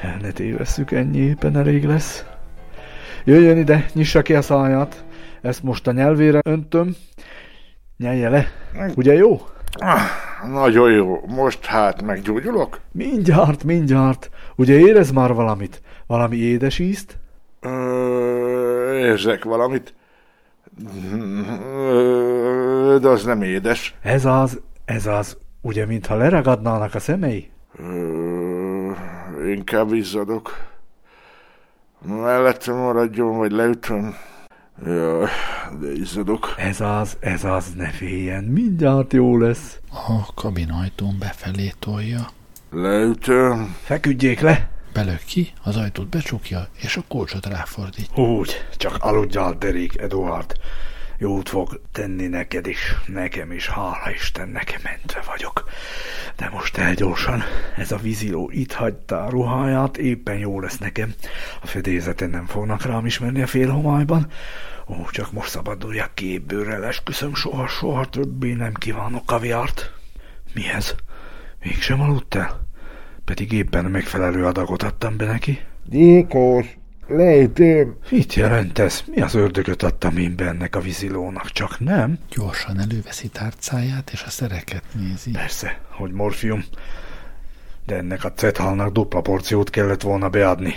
Speaker 2: El ne tévesszük, ennyi éppen elég lesz. Jöjjön ide, nyissa ki a száját. Ezt most a nyelvére öntöm. Nyelje le. Ugye jó?
Speaker 12: Ah, nagyon jó, most hát meggyógyulok?
Speaker 2: Mindjárt, mindjárt. Ugye érez már valamit? Valami édes ízt?
Speaker 12: Ö, érzek valamit. Ö, de az nem édes.
Speaker 2: Ez az, ez az. Ugye, mintha leragadnának a szemei?
Speaker 12: Ö, inkább izzadok. Mellettem maradjon, vagy leütöm. Jaj, de izzadok.
Speaker 2: Ez az, ez az, ne féljen. Mindjárt jó lesz.
Speaker 1: A kabin ajtón befelé tolja.
Speaker 12: Leütöm.
Speaker 2: Feküdjék le!
Speaker 1: Belök ki, az ajtót becsukja, és a kulcsot ráfordít.
Speaker 2: Úgy, csak aludjál, derék, Eduard. Jót fog tenni neked is, nekem is, hála Isten, nekem mentve vagyok. De most el gyorsan, ez a víziló itt hagyta a ruháját, éppen jó lesz nekem. A fedélzeten nem fognak rám ismerni a félhomályban. Ó, csak most szabaduljak ki ébbőrrel, esküszöm, soha, soha többé nem kívánok kaviárt. Mi ez? Mégsem aludtál? Pedig éppen megfelelő adagot adtam be neki.
Speaker 11: Gyilkos, lejtém.
Speaker 2: Mit jelent ez? Mi az ördögöt adtam én be ennek a vízilónak? Csak nem?
Speaker 1: Gyorsan előveszi tárcáját, és a szereket nézi.
Speaker 2: Persze, hogy morfium. De ennek a cethalnak dupla porciót kellett volna beadni.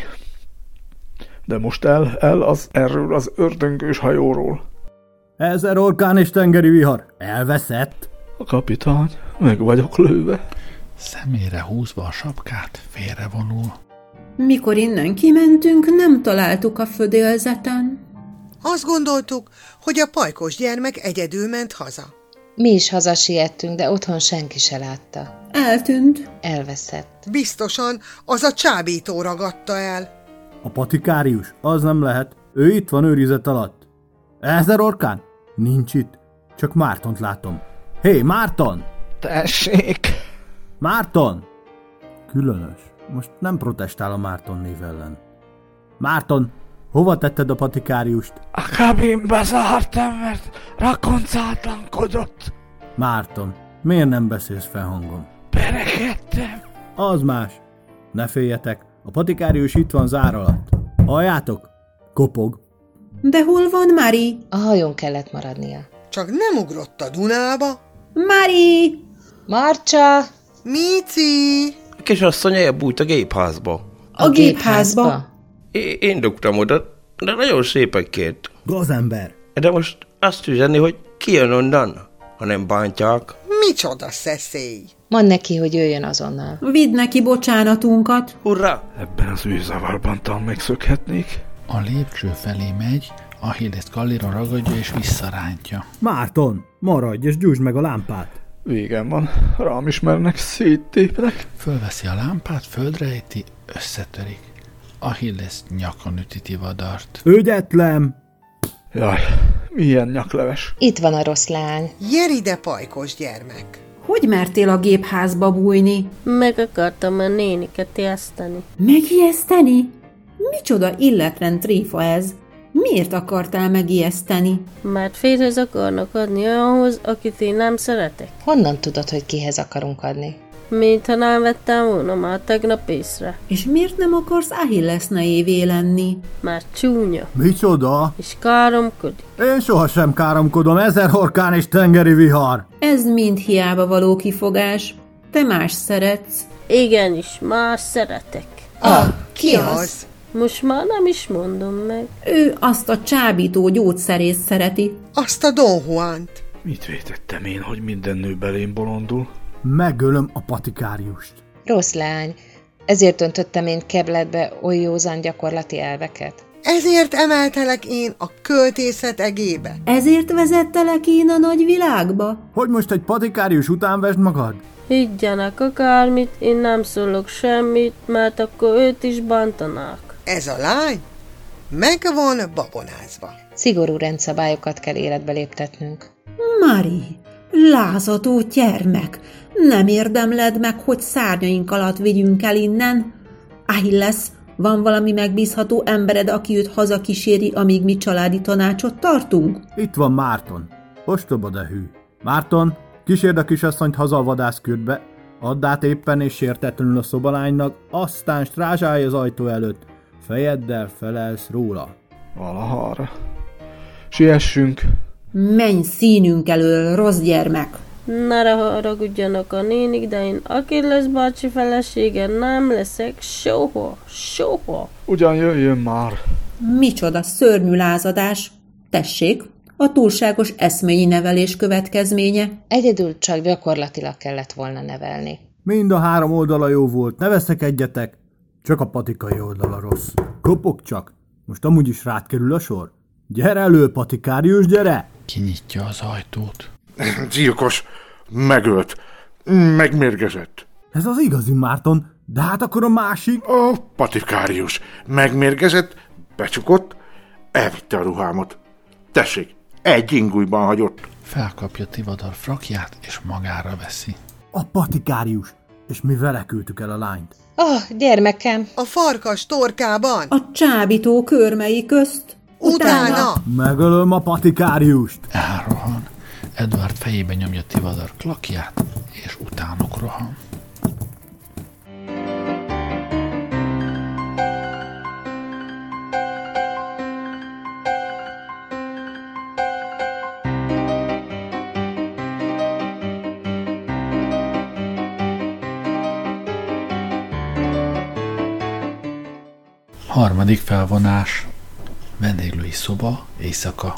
Speaker 2: De most el, el az erről az ördöngős hajóról.
Speaker 5: Ezer orkán és tengeri vihar. Elveszett.
Speaker 2: A kapitány, meg vagyok lőve.
Speaker 1: Szemére húzva a sapkát, félrevonul.
Speaker 6: Mikor innen kimentünk, nem találtuk a födélzeten.
Speaker 9: Azt gondoltuk, hogy a pajkos gyermek egyedül ment haza.
Speaker 8: Mi is hazasiettünk, de otthon senki se látta.
Speaker 6: Eltűnt.
Speaker 8: Elveszett.
Speaker 9: Biztosan az a csábító ragadta el.
Speaker 5: A patikárius, az nem lehet. Ő itt van őrizet alatt. Ezer orkán? Nincs itt. Csak Mártont látom. Hé, hey, Márton!
Speaker 2: Tessék!
Speaker 5: Márton! Különös. Most nem protestál a Márton név ellen. Márton, hova tetted a patikáriust?
Speaker 2: A kabinba zártam, mert rakoncátlankodott.
Speaker 5: Márton, miért nem beszélsz fel hangom?
Speaker 2: Perekedtem.
Speaker 5: Az más. Ne féljetek, a patikárius itt van zár alatt. Halljátok? Kopog.
Speaker 6: De hol van Mari?
Speaker 8: A hajón kellett maradnia.
Speaker 9: Csak nem ugrott a Dunába.
Speaker 6: Mari!
Speaker 8: Marcsa!
Speaker 9: Mici!
Speaker 3: A kisasszony elbújt a gépházba.
Speaker 6: A, gépházba.
Speaker 3: É- én dugtam oda, de nagyon szépek két.
Speaker 5: Gazember!
Speaker 3: De most azt üzenni, hogy kijön onnan, ha nem bántják.
Speaker 9: Micsoda szeszély!
Speaker 8: Mondd neki, hogy jöjjön azonnal.
Speaker 6: Vidd neki bocsánatunkat.
Speaker 3: Hurrá!
Speaker 2: Ebben az űrzavarban talán megszökhetnék.
Speaker 1: A lépcső felé megy, a hídét Kalliron ragadja és visszarántja.
Speaker 5: Márton, maradj és gyújtsd meg a lámpát.
Speaker 2: Végem van, rám ismernek, széttépnek.
Speaker 1: Fölveszi a lámpát, földrejti, összetörik. Achilles nyakon üti Tivadart.
Speaker 5: Ügyetlem!
Speaker 2: Jaj, milyen nyakleves.
Speaker 8: Itt van a rossz lány.
Speaker 9: Gyere ide, pajkos gyermek!
Speaker 6: Hogy mertél a gépházba bújni?
Speaker 7: Meg akartam a néniket jeszteni.
Speaker 6: Megijeszteni? Micsoda illetlen tréfa ez? Miért akartál megijeszteni?
Speaker 7: Mert férhez akarnak adni ahhoz, akit én nem szeretek.
Speaker 8: Honnan tudod, hogy kihez akarunk adni?
Speaker 7: Mintha nem vettem volna már tegnap észre.
Speaker 6: És miért nem akarsz Achilles évé lenni?
Speaker 7: Mert csúnya.
Speaker 5: Micsoda?
Speaker 7: És káromkodik.
Speaker 5: Én sohasem káromkodom, ezer orkán és tengeri vihar.
Speaker 6: Ez mind hiába való kifogás. Te más szeretsz.
Speaker 7: Igenis, más szeretek.
Speaker 8: Ah, ki az?
Speaker 7: Most már nem is mondom meg.
Speaker 6: Ő azt a csábító gyógyszerész szereti.
Speaker 9: Azt a Don Juant.
Speaker 2: Mit vétettem én, hogy minden nő belém bolondul?
Speaker 5: Megölöm a patikáriust.
Speaker 8: Rossz leány. Ezért öntöttem én kebletbe oly józan gyakorlati elveket.
Speaker 9: Ezért emeltelek én a költészet egébe.
Speaker 6: Ezért vezettelek én a nagy világba?
Speaker 5: Hogy most egy patikárius után vesd magad?
Speaker 7: Higgyenek akármit, én nem szólok semmit, mert akkor őt is bántanák.
Speaker 9: Ez a lány meg van babonázva.
Speaker 8: Szigorú rendszabályokat kell életbe léptetnünk.
Speaker 6: Mari, lázadó gyermek, nem érdemled meg, hogy szárnyaink alatt vigyünk el innen? Ahilles, van valami megbízható embered, aki őt hazakíséri, amíg mi családi tanácsot tartunk?
Speaker 5: Itt van Márton. Ostoba de hű. Márton, kísérd a kisasszonyt haza a vadászkürtbe, add át éppen és sértetlenül a szobalánynak, aztán strázsálj az ajtó előtt. Fejeddel felelsz róla.
Speaker 2: Valahára. Siessünk.
Speaker 6: Menj színünk elől, rossz gyermek!
Speaker 7: Ne haragudjanak a nénik, de én Achilles bácsi felesége nem leszek soha, soha.
Speaker 2: Ugyan jöjjön már.
Speaker 6: Micsoda szörnyű lázadás! Tessék, a túlságos eszményi nevelés következménye.
Speaker 8: Egyedül csak gyakorlatilag kellett volna nevelni.
Speaker 5: Mind a három oldala jó volt, ne veszek egyetek. Csak a patikai oldala rossz. Kopog csak, most amúgy is rád kerül a sor. Gyere elő, patikárius, gyere!
Speaker 1: Kinyitja az ajtót.
Speaker 12: Gyilkos, megölt, megmérgezett.
Speaker 5: Ez az igazi Márton, de hát akkor a másik...
Speaker 12: A patikárius megmérgezett, becsukott, elvitte a ruhámat. Tessék, egy ingújban hagyott.
Speaker 1: Felkapja Tivadar frakját, és magára veszi.
Speaker 5: A patikárius, és mi vele küldtük el a lányt.
Speaker 8: Ah, oh, gyermekem!
Speaker 9: A farkas torkában.
Speaker 6: A csábító körmei közt.
Speaker 9: Utána!
Speaker 5: Megölöm a patikáriust!
Speaker 1: Elrohan. Edward fejébe nyomja Tivadar klakját, és utánok rohan. Harmadik felvonás. Vendéglői szoba, éjszaka.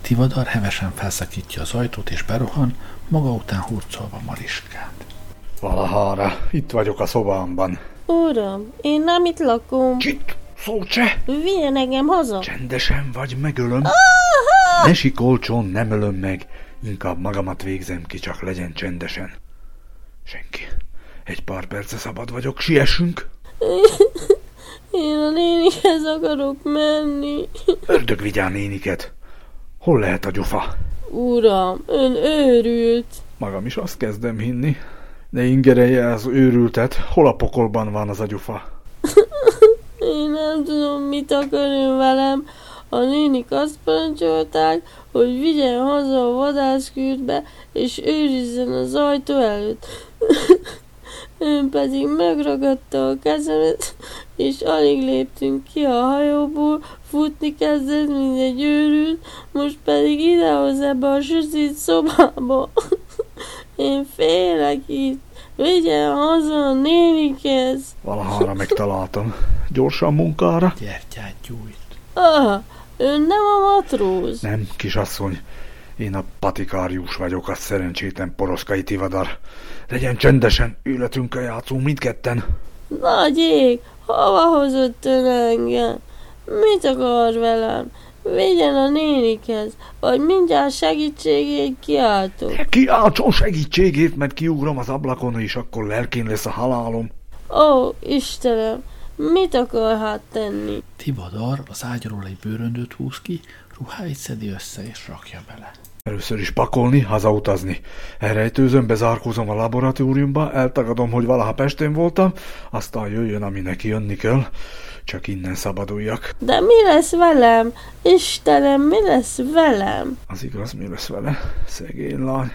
Speaker 1: Tivadar hevesen felszakítja az ajtót és berohan, maga után hurcolva Mariskát.
Speaker 2: Valahára. Itt vagyok a szobámban.
Speaker 7: Uram, én nem itt lakom.
Speaker 2: Csit! Szócse!
Speaker 7: Vigyen engem haza.
Speaker 2: Csendesen vagy, megölöm. Ne sikolcson, nem ölöm meg. Inkább magamat végzem ki, csak legyen csendesen. Senki. Egy pár perce szabad vagyok, siessünk.
Speaker 7: Én a nénihez akarok menni.
Speaker 2: Ördög vigyá néniket. Hol lehet a gyufa?
Speaker 7: Uram, ön őrült.
Speaker 2: Magam is azt kezdem hinni. Ne ingerelje az őrültet, hol a pokolban van az a gyufa?
Speaker 7: Én nem tudom, mit akar ön velem. A nénik azt parancsolták, hogy vigyen haza a vadászkürtbe, és őrizzen az ajtó előtt. Ön pedig megragadta a kezemet, és alig léptünk ki a hajóból, futni kezdett, mint egy őrült, most pedig idehoz ebbe a sötét szobába. Én félek itt, vigyen haza a nénikhez.
Speaker 2: Valahára megtaláltam. Gyorsan munkára.
Speaker 1: Gyertyát gyújt.
Speaker 7: Ah, ön nem a matróz.
Speaker 2: Nem, kisasszony. Én a patikárius vagyok, a szerencsétlen poroszkai tivadar. Legyen csendesen, életünkkel játszunk mindketten.
Speaker 7: Nagy ég, hova hozott ön engem? Mit akar velem? Vigyen a nénikhez, vagy mindjárt segítségét kiáltok.
Speaker 2: Ne kiáltson segítségét, mert kiugrom az ablakon, és akkor lelkén lesz a halálom.
Speaker 7: Ó, Istenem, mit akar hát tenni?
Speaker 1: Tivadar az ágyról egy bőröndöt húz ki, ruháit szedi össze és rakja bele.
Speaker 2: Először is pakolni, hazautazni. Elrejtőzöm, bezárkózom a laboratóriumba, eltagadom, hogy valaha Pestén voltam, aztán jöjjön, ami neki jönni kell. Csak innen szabaduljak.
Speaker 7: De mi lesz velem? Istenem, mi lesz velem?
Speaker 2: Az igaz, mi lesz vele? Szegény lány.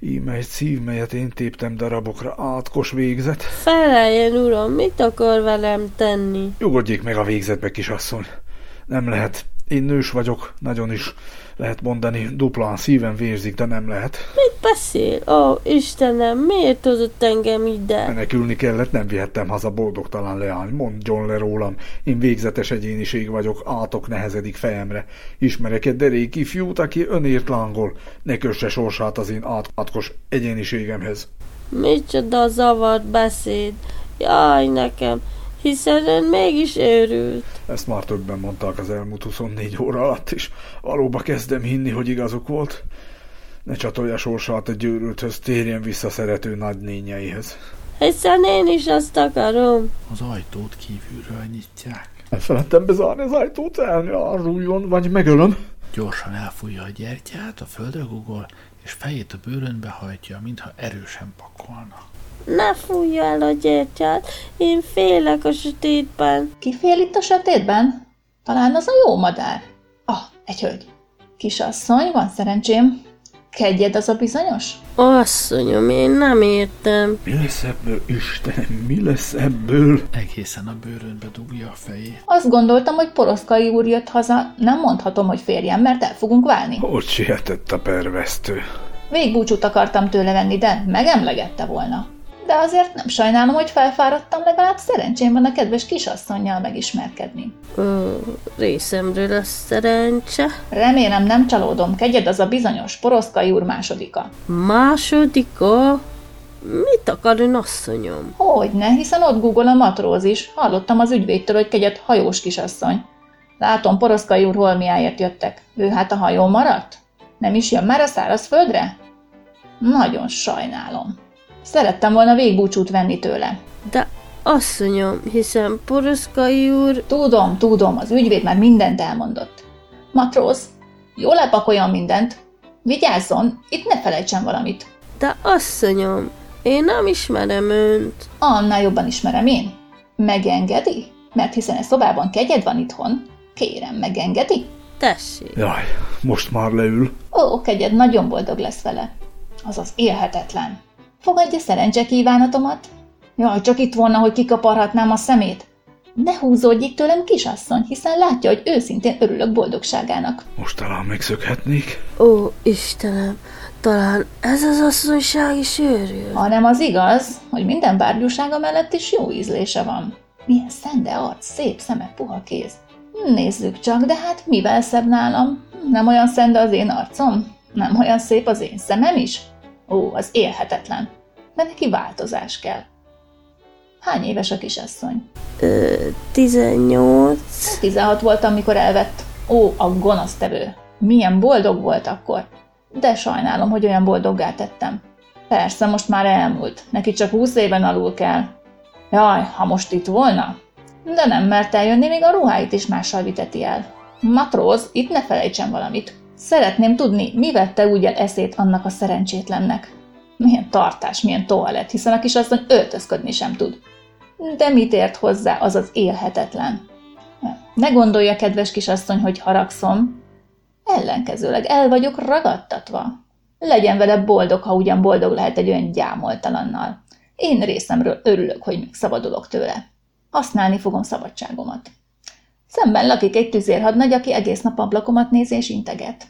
Speaker 2: Íme egy szív, melyet én téptem darabokra, átkos végzet.
Speaker 7: Feleljen, uram, mit akar velem tenni?
Speaker 2: Nyugodjék meg a végzetbe, kisasszony. Nem lehet. Én nős vagyok, nagyon is lehet mondani, duplán szívem vérzik, de nem lehet.
Speaker 7: Mit beszél? Ó, Istenem, miért hozott engem ide?
Speaker 2: Menekülni kellett, nem vihettem haza boldogtalan leány. Mondjon le rólam, én végzetes egyéniség vagyok, átok nehezedik fejemre. Ismerek egy derék ifjút, aki önért lángol. Ne kösse sorsát az én át- átkos egyéniségemhez.
Speaker 7: Micsoda zavart beszéd. Jaj, nekem, hiszen ön mégis őrült.
Speaker 2: Ezt már többen mondták az elmúlt 24 óra alatt is. Valóba kezdem hinni, hogy igazuk volt. Ne csatolja sorsát egy győrülthöz, térjen vissza szerető nagynényeihez.
Speaker 7: Hiszen én is azt akarom.
Speaker 1: Az ajtót kívülről nyitják.
Speaker 2: Elfeledtem bezárni az ajtót, elnyaruljon, vagy megölöm.
Speaker 1: Gyorsan elfújja a gyertyát, a földre gugol, és fejét a bőrönbe hajtja, mintha erősen pakolna.
Speaker 7: Ne fújja el a gyertyát, én félek a sötétben.
Speaker 14: Ki fél itt a sötétben? Talán az a jó madár. Ah, egy hölgy. Kisasszony, van szerencsém. Kegyed az a bizonyos?
Speaker 7: Asszonyom, én nem értem.
Speaker 2: Mi lesz ebből, Istenem, mi lesz ebből?
Speaker 1: Egészen a bőrönbe dugja a fejét.
Speaker 14: Azt gondoltam, hogy Poroszkai úr jött haza. Nem mondhatom, hogy férjem, mert el fogunk válni.
Speaker 2: Ott sietett a pervesztő.
Speaker 14: Végbúcsút akartam tőle venni, de megemlegette volna. De azért nem sajnálom, hogy felfáradtam, legalább szerencsém van a kedves kisasszonynal megismerkedni.
Speaker 7: Ö, részemről a szerencse.
Speaker 14: Remélem nem csalódom, kegyed az a bizonyos poroszkai úr másodika.
Speaker 7: Másodika? Mit akar ön asszonyom?
Speaker 14: Hogyne, hiszen ott Google a matróz is. Hallottam az ügyvédtől, hogy kegyed hajós kisasszony. Látom, poroszkai úr holmiáért jöttek. Ő hát a hajó maradt? Nem is jön már a szárazföldre? Nagyon sajnálom. Szerettem volna végbúcsút venni tőle.
Speaker 7: De asszonyom, hiszen Poroszkai úr...
Speaker 14: Tudom, tudom, az ügyvéd már mindent elmondott. Matróz, jól lepakoljon mindent. Vigyázzon, itt ne felejtsen valamit.
Speaker 7: De asszonyom, én nem ismerem önt.
Speaker 14: Annál jobban ismerem én. Megengedi? Mert hiszen a szobában kegyed van itthon. Kérem, megengedi?
Speaker 7: Tessék.
Speaker 2: Jaj, most már leül.
Speaker 14: Ó, kegyed nagyon boldog lesz vele. Azaz élhetetlen. Fogadja szerencse kívánatomat? Jaj, csak itt volna, hogy kikaparhatnám a szemét. Ne húzódjék tőlem, kisasszony, hiszen látja, hogy őszintén örülök boldogságának.
Speaker 2: Most talán megszökhetnék.
Speaker 7: Ó, Istenem, talán ez az asszonyság is őrül.
Speaker 14: Hanem az igaz, hogy minden bárgyúsága mellett is jó ízlése van. Milyen szende arc, szép szeme, puha kéz. Hm, Nézzük csak, de hát mivel szebb nálam? Hm, Nem olyan szende az én arcom? Nem olyan szép az én szemem is? Ó, az élhetetlen. De neki változás kell. Hány éves a kisasszony?
Speaker 7: Ö, 18.
Speaker 14: 16 volt, amikor elvett. Ó, a gonosztevő. Milyen boldog volt akkor. De sajnálom, hogy olyan boldoggá tettem. Persze, most már elmúlt. Neki csak 20 éven alul kell. Jaj, ha most itt volna? De nem mert eljönni, még a ruháit is mással viteti el. Matróz, itt ne felejtsen valamit. Szeretném tudni, mi vette úgy el eszét annak a szerencsétlennek. Milyen tartás, milyen toalett, hiszen a kisasszony öltözködni sem tud. De mit ért hozzá az az élhetetlen? Ne gondolja, kedves kisasszony, hogy haragszom. Ellenkezőleg el vagyok ragadtatva. Legyen vele boldog, ha ugyan boldog lehet egy olyan gyámoltalannal. Én részemről örülök, hogy megszabadulok tőle. Használni fogom szabadságomat. Szemben lakik egy tüzérhadnagy, aki egész nap ablakomat néz és integet.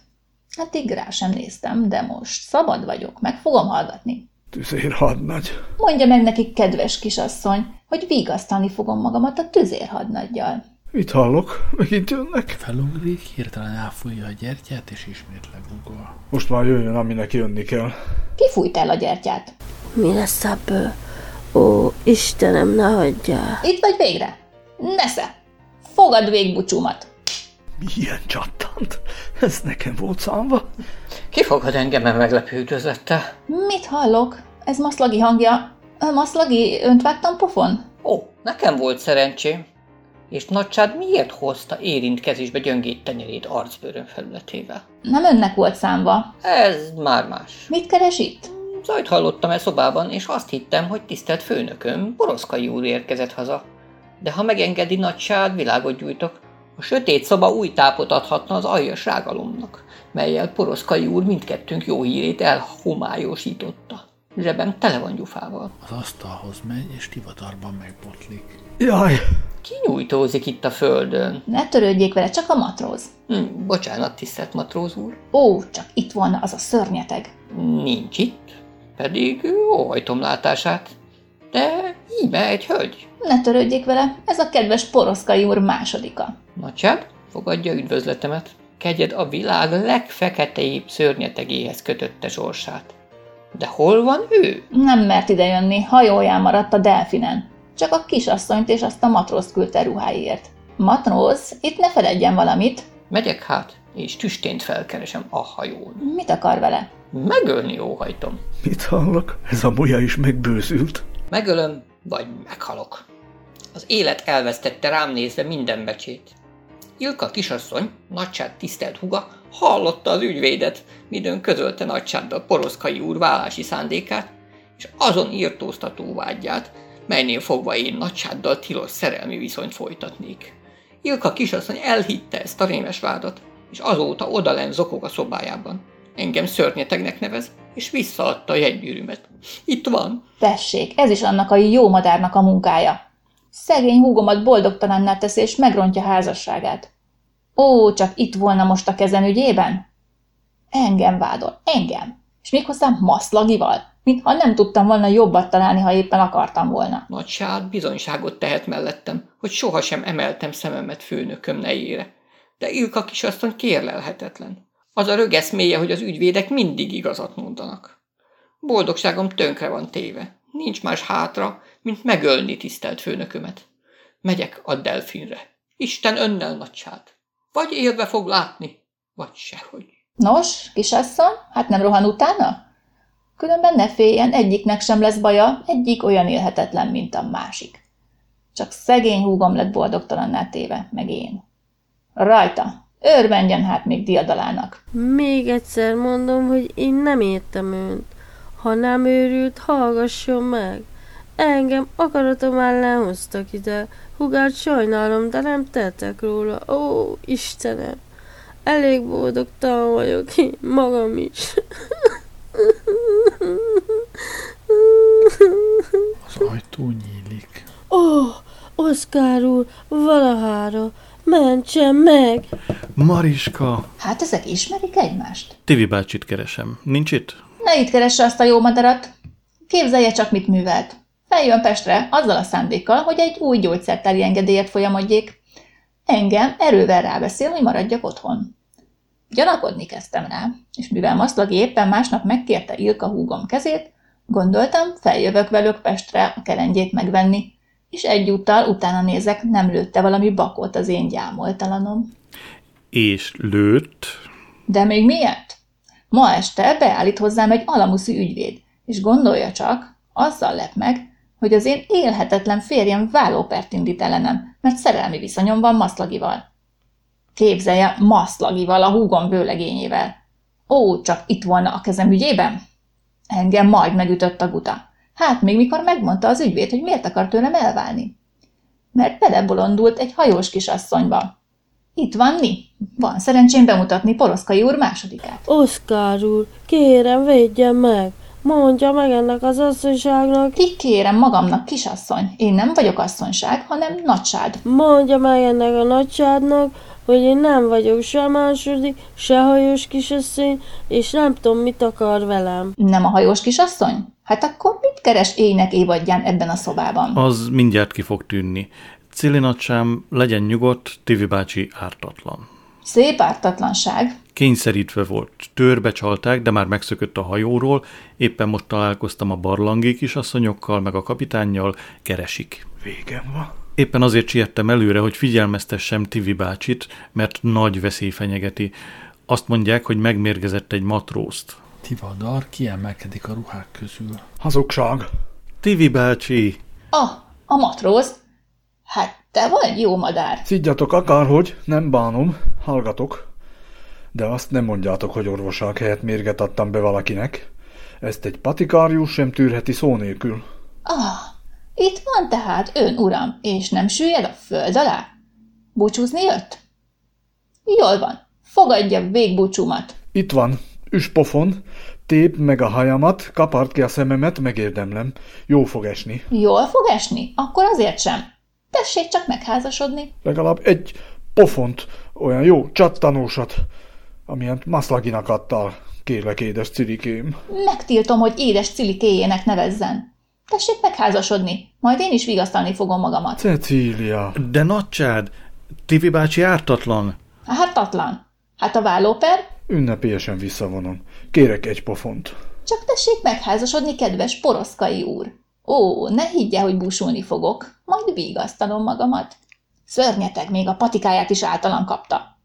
Speaker 14: Hát így rá sem néztem, de most szabad vagyok, meg fogom hallgatni.
Speaker 2: Tüzérhadnagy.
Speaker 14: Mondja meg neki, kedves kisasszony, hogy vigasztalni fogom magamat a tüzérhadnaggyal.
Speaker 2: Mit hallok? Megint jönnek?
Speaker 1: Felugrik, hirtelen elfújja a gyertyát, és ismét legugol.
Speaker 2: Most már jöjjön, aminek jönni kell.
Speaker 14: Ki fújt el a gyertyát?
Speaker 7: Mi lesz ebből? Ó, Istenem, ne hagyjál.
Speaker 14: Itt vagy végre? Nesze! Fogad végbúcsúmat!
Speaker 2: Milyen csattant? Ez nekem volt számva?
Speaker 15: Ki fogad engem e a meglepő üdvözlettel?
Speaker 14: Mit hallok? Ez maszlagi hangja. Maszlagi, önt vágtam pofon?
Speaker 15: Ó, nekem volt szerencsém. És nagycsád miért hozta érintkezésbe gyöngét tenyerét arcbőrön felületével?
Speaker 14: Nem önnek volt számva.
Speaker 15: Ez már más.
Speaker 14: Mit keres itt?
Speaker 15: Zajt hallottam e szobában, és azt hittem, hogy tisztelt főnököm, Boroszkai úr érkezett haza. De ha megengedi nagysád, világot gyújtok. A sötét szoba új tápot adhatna az aljas rágalomnak, melyel Poroszkai úr mindkettőnk jó hírét elhomályosította. Zsebem tele van gyufával.
Speaker 1: Az asztalhoz megy, és divatarban megbotlik.
Speaker 2: Jaj!
Speaker 15: Kinyújtózik itt a földön.
Speaker 14: Ne törődjék vele, csak a matróz.
Speaker 15: Hm, bocsánat, tisztelt matróz úr.
Speaker 14: Ó, csak itt volna az a szörnyeteg.
Speaker 15: Nincs itt, pedig óhajtom látását. De íme egy hölgy.
Speaker 14: Ne törődjék vele, ez a kedves Poroszkai úr másodika.
Speaker 15: Nagyság, fogadja üdvözletemet. Kegyed a világ legfeketeibb szörnyetegéhez kötötte sorsát. De hol van ő?
Speaker 14: Nem mert idejönni, hajóján maradt a delfinen. Csak a kisasszonyt és azt a matrózt küldte ruháért. Matróz, itt ne feledjen valamit.
Speaker 15: Megyek hát, és tüstént felkeresem a hajón.
Speaker 14: Mit akar vele?
Speaker 15: Megölni óhajtom.
Speaker 2: Mit hallok? Ez a bolya is megbőszült.
Speaker 15: Megölöm, vagy meghalok. Az élet elvesztette rám nézve minden becsét. Ilka kisasszony, nagysád tisztelt huga, hallotta az ügyvédet, midőn közölte nagysáddal poroszkai úr vállási szándékát, és azon írtóztató vágyát, melynél fogva én nagysáddal tilos szerelmi viszonyt folytatnék. Ilka kisasszony elhitte ezt a rémes vádat, és azóta odalent zokog a szobájában. Engem szörnyetegnek nevez, és visszaadta a jegygyűrűmet. Itt van.
Speaker 14: Tessék, ez is annak a jó madárnak a munkája. Szegény húgomat boldogtalanná teszi, és megrontja házasságát. Ó, csak itt volna most a kezen ügyében? Engem vádol, engem. És méghozzá maszlagival, mintha nem tudtam volna jobbat találni, ha éppen akartam volna.
Speaker 15: Nagyság bizonyságot tehet mellettem, hogy sohasem emeltem szememet főnököm nejére. De Ilka kisasszony kérlelhetetlen. Az a rögeszméje, hogy az ügyvédek mindig igazat mondanak. Boldogságom tönkre van téve. Nincs más hátra, mint megölni tisztelt főnökömet. Megyek a delfinre. Isten önnel nagyság. Vagy élve fog látni, vagy sehogy.
Speaker 14: Nos, kisasszony, hát nem rohan utána? Különben ne féljen, egyiknek sem lesz baja, egyik olyan élhetetlen, mint a másik. Csak szegény húgom lett boldogtalanná téve, meg én. Rajta! Örvendjen hát még diadalának!
Speaker 7: Még egyszer mondom, hogy én nem értem önt. Ha nem őrült, hallgasson meg. Engem akaratom ellen hoztak ide. Hugát sajnálom, de nem tettek róla. Ó, Istenem! Elég boldogtalan vagyok én magam is.
Speaker 1: Az ajtó nyílik.
Speaker 7: Ó, Oszkár úr, valahára, mentsen meg!
Speaker 16: Mariska!
Speaker 14: Hát ezek ismerik egymást?
Speaker 16: Tivi bácsit keresem. Nincs itt?
Speaker 14: Ne itt keresse azt a jó madarat! Képzelje csak, mit művelt. Feljön Pestre azzal a szándékkal, hogy egy új gyógyszertári engedélyet folyamodjék. Engem erővel rábeszél, hogy maradjak otthon. Gyanakodni kezdtem rá, és mivel Maszlagi éppen másnap megkérte Ilka húgom kezét, gondoltam, feljövök velük Pestre a kerengyét megvenni, és egyúttal utána nézek, nem lőtte valami bakot az én gyámoltalanom.
Speaker 16: És lőtt?
Speaker 14: De még miért? Ma este beállít hozzám egy alamuszi ügyvéd, és gondolja csak, azzal lep meg, hogy az én élhetetlen férjem vállópert indít ellenem, mert szerelmi viszonyom van Maszlagival. Képzelje, Maszlagival, a húgom vőlegényével. Ó, csak itt volna a kezem ügyében? Engem majd megütött a guta. Hát még mikor megmondta az ügyvéd, hogy miért akar tőlem elválni. Mert belebolondult egy hajós kisasszonyba. Itt van mi? Van szerencsém bemutatni Poroszkai úr másodikát.
Speaker 7: Oszkár úr, kérem, védjen meg! Mondja meg ennek az asszonyságnak.
Speaker 14: Kikérem magamnak, kisasszony. Én nem vagyok asszonyság, hanem nagysád.
Speaker 7: Mondja meg ennek a nagyságnak, hogy én nem vagyok se második, se hajós kisasszony, és nem tudom, mit akar velem.
Speaker 14: Nem a hajós kisasszony? Hát akkor mit keres ének évadján ebben a szobában?
Speaker 16: Az mindjárt ki fog tűnni. Cili nagysám, legyen nyugodt, Tivi bácsi ártatlan.
Speaker 14: Szép ártatlanság.
Speaker 16: Kényszerítve volt. Törbe csalták, de már megszökött a hajóról. Éppen most találkoztam a barlangi kisasszonyokkal, meg a kapitánnyal. Keresik.
Speaker 2: Végem van.
Speaker 16: Éppen azért siettem előre, hogy figyelmeztessem Tivi bácsit, mert nagy veszély fenyegeti. Azt mondják, hogy megmérgezett egy matrózt.
Speaker 1: Tivadar kiemelkedik a ruhák közül.
Speaker 2: Hazugság!
Speaker 16: Tivi bácsi!
Speaker 14: Ah, a matróz! Hát te vagy jó madár.
Speaker 2: Szidjatok akárhogy, nem bánom, hallgatok. De azt nem mondjátok, hogy orvoság helyett mérget adtam be valakinek. Ezt egy patikárius sem tűrheti szó nélkül.
Speaker 14: Ah, itt van tehát ön, uram, és nem süllyed a föld alá? Búcsúzni jött? Jól van, fogadja végbúcsúmat.
Speaker 2: Itt van, üspofon, tép meg a hajamat, kapart ki a szememet, megérdemlem. Jó fog esni.
Speaker 14: Jól fog esni? Akkor azért sem. Tessék csak megházasodni.
Speaker 2: Legalább egy pofont, olyan jó csattanósat, amilyen maszlaginak adtál. Kérlek, édes cirikém.
Speaker 14: Megtiltom, hogy édes cilikéjének nevezzen. Tessék megházasodni, majd én is vigasztalni fogom magamat.
Speaker 2: Cecília.
Speaker 16: De nagycsád, Tivi bácsi ártatlan.
Speaker 14: Hártatlan. Hát a vállóper?
Speaker 2: Ünnepélyesen visszavonom. Kérek egy pofont.
Speaker 14: Csak tessék megházasodni, kedves poroszkai úr. Ó, ne higgye, hogy búsulni fogok. Majd vigasztalom magamat. Szörnyeteg még a patikáját is általam kapta.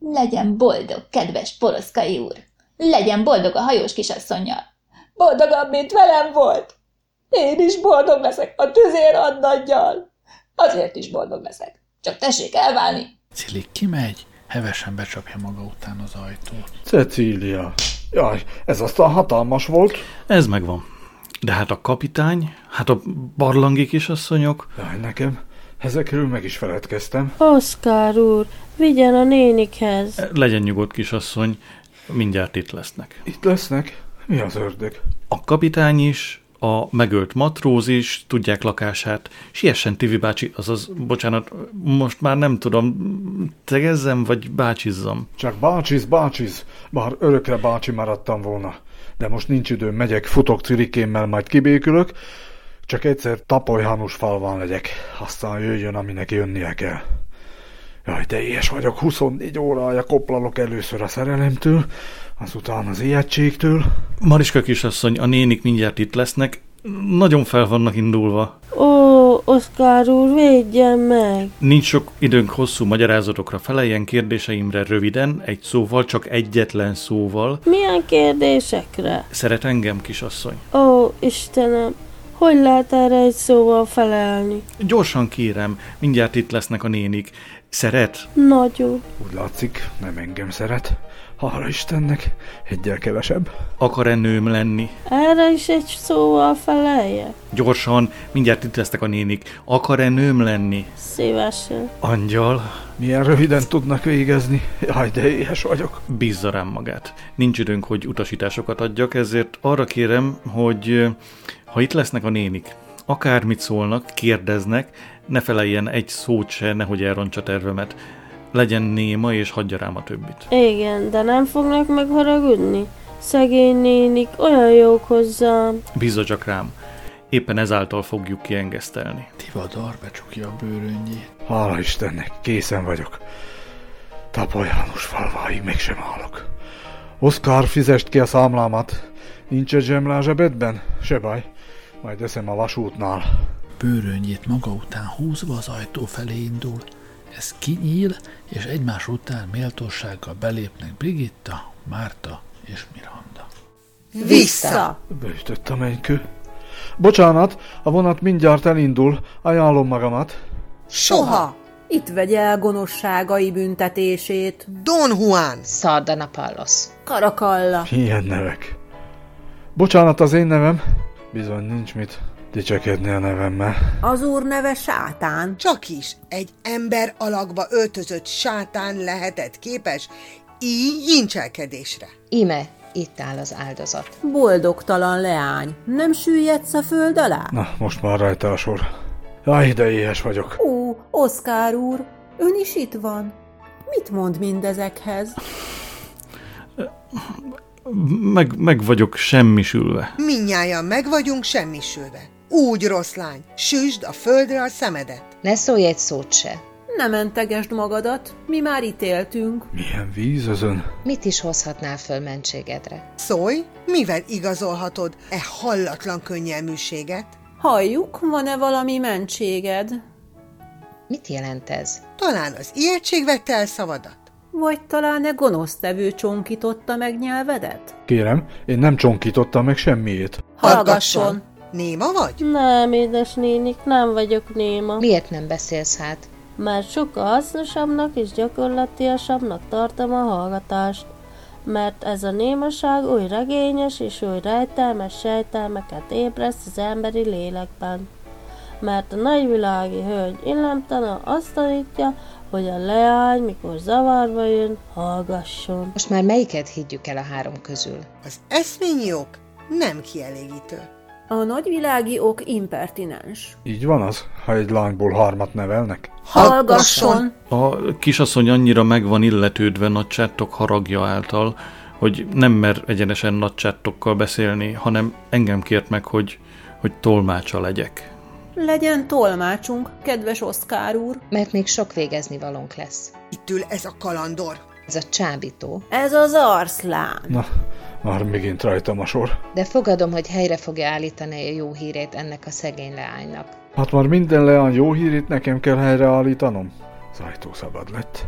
Speaker 14: Legyen boldog, kedves poroszkai úr. Legyen boldog a hajós kisasszonyjal. Boldogabb, mint velem volt. Én is boldog leszek a tüzér adnaggyal. Azért is boldog leszek. Csak tessék elválni.
Speaker 1: Cilik kimegy, hevesen becsapja maga után az ajtót.
Speaker 2: Cecília. Jaj, ez aztán hatalmas volt.
Speaker 16: Ez megvan. De hát a kapitány, hát a barlangi kisasszonyok.
Speaker 2: Jaj, nekem ezekről meg is feledkeztem.
Speaker 7: Oszkár úr, vigyen a nénikhez.
Speaker 16: Legyen nyugodt kisasszony, mindjárt itt lesznek.
Speaker 2: Itt lesznek? Mi az ördög?
Speaker 16: A kapitány is, a megölt matróz is, tudják lakását. Siessen, Tivi bácsi, azaz, bocsánat, most már nem tudom, tegezzem vagy bácsizzam?
Speaker 2: Csak bácsiz, bácsiz, bár örökre bácsi maradtam volna. De most nincs időm, megyek, futok cirikémmel, majd kibékülök, csak egyszer tapolyhanus falván legyek, aztán jöjjön, aminek jönnie kell. Jaj, de ilyes vagyok, 24 órája koplalok először a szerelemtől, azután az ijegységtől.
Speaker 16: Mariska kisasszony, a nénik mindjárt itt lesznek, nagyon fel vannak indulva.
Speaker 7: Ó, Oszkár úr, védjen meg!
Speaker 16: Nincs sok időnk hosszú magyarázatokra feleljen kérdéseimre röviden, egy szóval, csak egyetlen szóval.
Speaker 7: Milyen kérdésekre?
Speaker 16: Szeret engem, kisasszony?
Speaker 7: Ó, Istenem, hogy lehet erre egy szóval felelni?
Speaker 16: Gyorsan kérem, mindjárt itt lesznek a nénik. Szeret?
Speaker 7: Nagyon.
Speaker 2: Úgy látszik, nem engem szeret. Hála Istennek, egyel kevesebb.
Speaker 16: Akar -e nőm lenni?
Speaker 7: Erre is egy szóval felelje?
Speaker 16: Gyorsan, mindjárt itt lesznek a nénik. Akar -e nőm lenni?
Speaker 7: Szívesen.
Speaker 16: Angyal?
Speaker 2: Milyen röviden tudnak végezni. Jaj, de éhes vagyok.
Speaker 16: Bízza rám magát. Nincs időnk, hogy utasításokat adjak, ezért arra kérem, hogy ha itt lesznek a nénik, akármit szólnak, kérdeznek, ne feleljen egy szót se, nehogy elrontsa tervemet legyen néma, és hagyja rám a többit.
Speaker 7: Igen, de nem fognak megharagudni? Szegény nénik, olyan jók hozzám.
Speaker 16: Bízza csak rám. Éppen ezáltal fogjuk kiengesztelni.
Speaker 1: Tivadar becsukja a bőröngyét.
Speaker 2: Hála Istennek, készen vagyok. Tapolj János falváig mégsem állok. Oszkár, fizest ki a számlámat. Nincs egy zsemlá zsebedben? Se baj. Majd eszem a vasútnál.
Speaker 1: Bőröngyét maga után húzva az ajtó felé indul. Ez kinyíl, és egymás után méltósággal belépnek Brigitta, Márta és Miranda.
Speaker 9: Vissza!
Speaker 2: Bőtött a mennykő. Bocsánat, a vonat mindjárt elindul, ajánlom magamat.
Speaker 9: Soha!
Speaker 10: Itt vegye el gonoszságai büntetését.
Speaker 9: Don Juan!
Speaker 8: Szardana Pallos.
Speaker 10: Karakalla.
Speaker 2: Milyen nevek? Bocsánat az én nevem. Bizony nincs mit dicsekedni a nevemmel.
Speaker 10: Az úr neve sátán.
Speaker 9: Csak is egy ember alakba öltözött sátán lehetett képes így incselkedésre.
Speaker 8: Ime, itt áll az áldozat.
Speaker 10: Boldogtalan leány. Nem süllyedsz a föld alá?
Speaker 2: Na, most már rajta a sor. Jaj, de éhes vagyok.
Speaker 10: Ó, Oszkár úr, ön is itt van. Mit mond mindezekhez?
Speaker 16: Meg, meg vagyok semmisülve.
Speaker 9: Minnyáján meg vagyunk semmisülve. Úgy rossz lány, süsd a földre a szemedet.
Speaker 8: Ne szólj egy szót se.
Speaker 10: Ne mentegesd magadat, mi már ítéltünk.
Speaker 2: Milyen víz az ön?
Speaker 8: Mit is hozhatnál föl mentségedre?
Speaker 9: Szólj, mivel igazolhatod e hallatlan könnyelműséget?
Speaker 10: Halljuk, van-e valami mentséged?
Speaker 8: Mit jelent ez?
Speaker 9: Talán az ijegység vette el szavadat.
Speaker 10: Vagy talán e gonosztevő csonkította meg nyelvedet?
Speaker 2: Kérem, én nem csonkítottam meg semmiét.
Speaker 10: Hallgasson!
Speaker 9: Néma vagy?
Speaker 7: Nem, édesnénik, nem vagyok néma.
Speaker 8: Miért nem beszélsz hát?
Speaker 7: Mert sokkal hasznosabbnak és gyakorlatiasabbnak tartom a hallgatást. Mert ez a némaság oly regényes és oly rejtelmes sejtelmeket ébreszt az emberi lélekben. Mert a nagyvilági hölgy illemtana azt tanítja, hogy a leány, mikor zavarba jön, hallgasson.
Speaker 8: Most már melyiket higgyük el a három közül?
Speaker 9: Az eszményi ok nem kielégítő.
Speaker 10: A nagyvilági ok impertinens.
Speaker 2: Így van az, ha egy lányból hármat nevelnek?
Speaker 10: Hallgasson!
Speaker 16: A kisasszony annyira meg van illetődve nagycsáttok haragja által, hogy nem mer egyenesen nagycsáttokkal beszélni, hanem engem kért meg, hogy, hogy tolmácsa legyek.
Speaker 10: Legyen tolmácsunk, kedves Oszkár úr.
Speaker 8: Mert még sok végezni valónk lesz.
Speaker 9: Itt ül ez a kalandor.
Speaker 8: Ez a csábító.
Speaker 10: Ez az arszlán.
Speaker 2: Na, már megint rajtam a sor.
Speaker 8: De fogadom, hogy helyre fogja állítani a jó hírét ennek a szegény leánynak.
Speaker 2: Hát már minden leány jó hírét nekem kell helyreállítanom. Az ajtó szabad lett.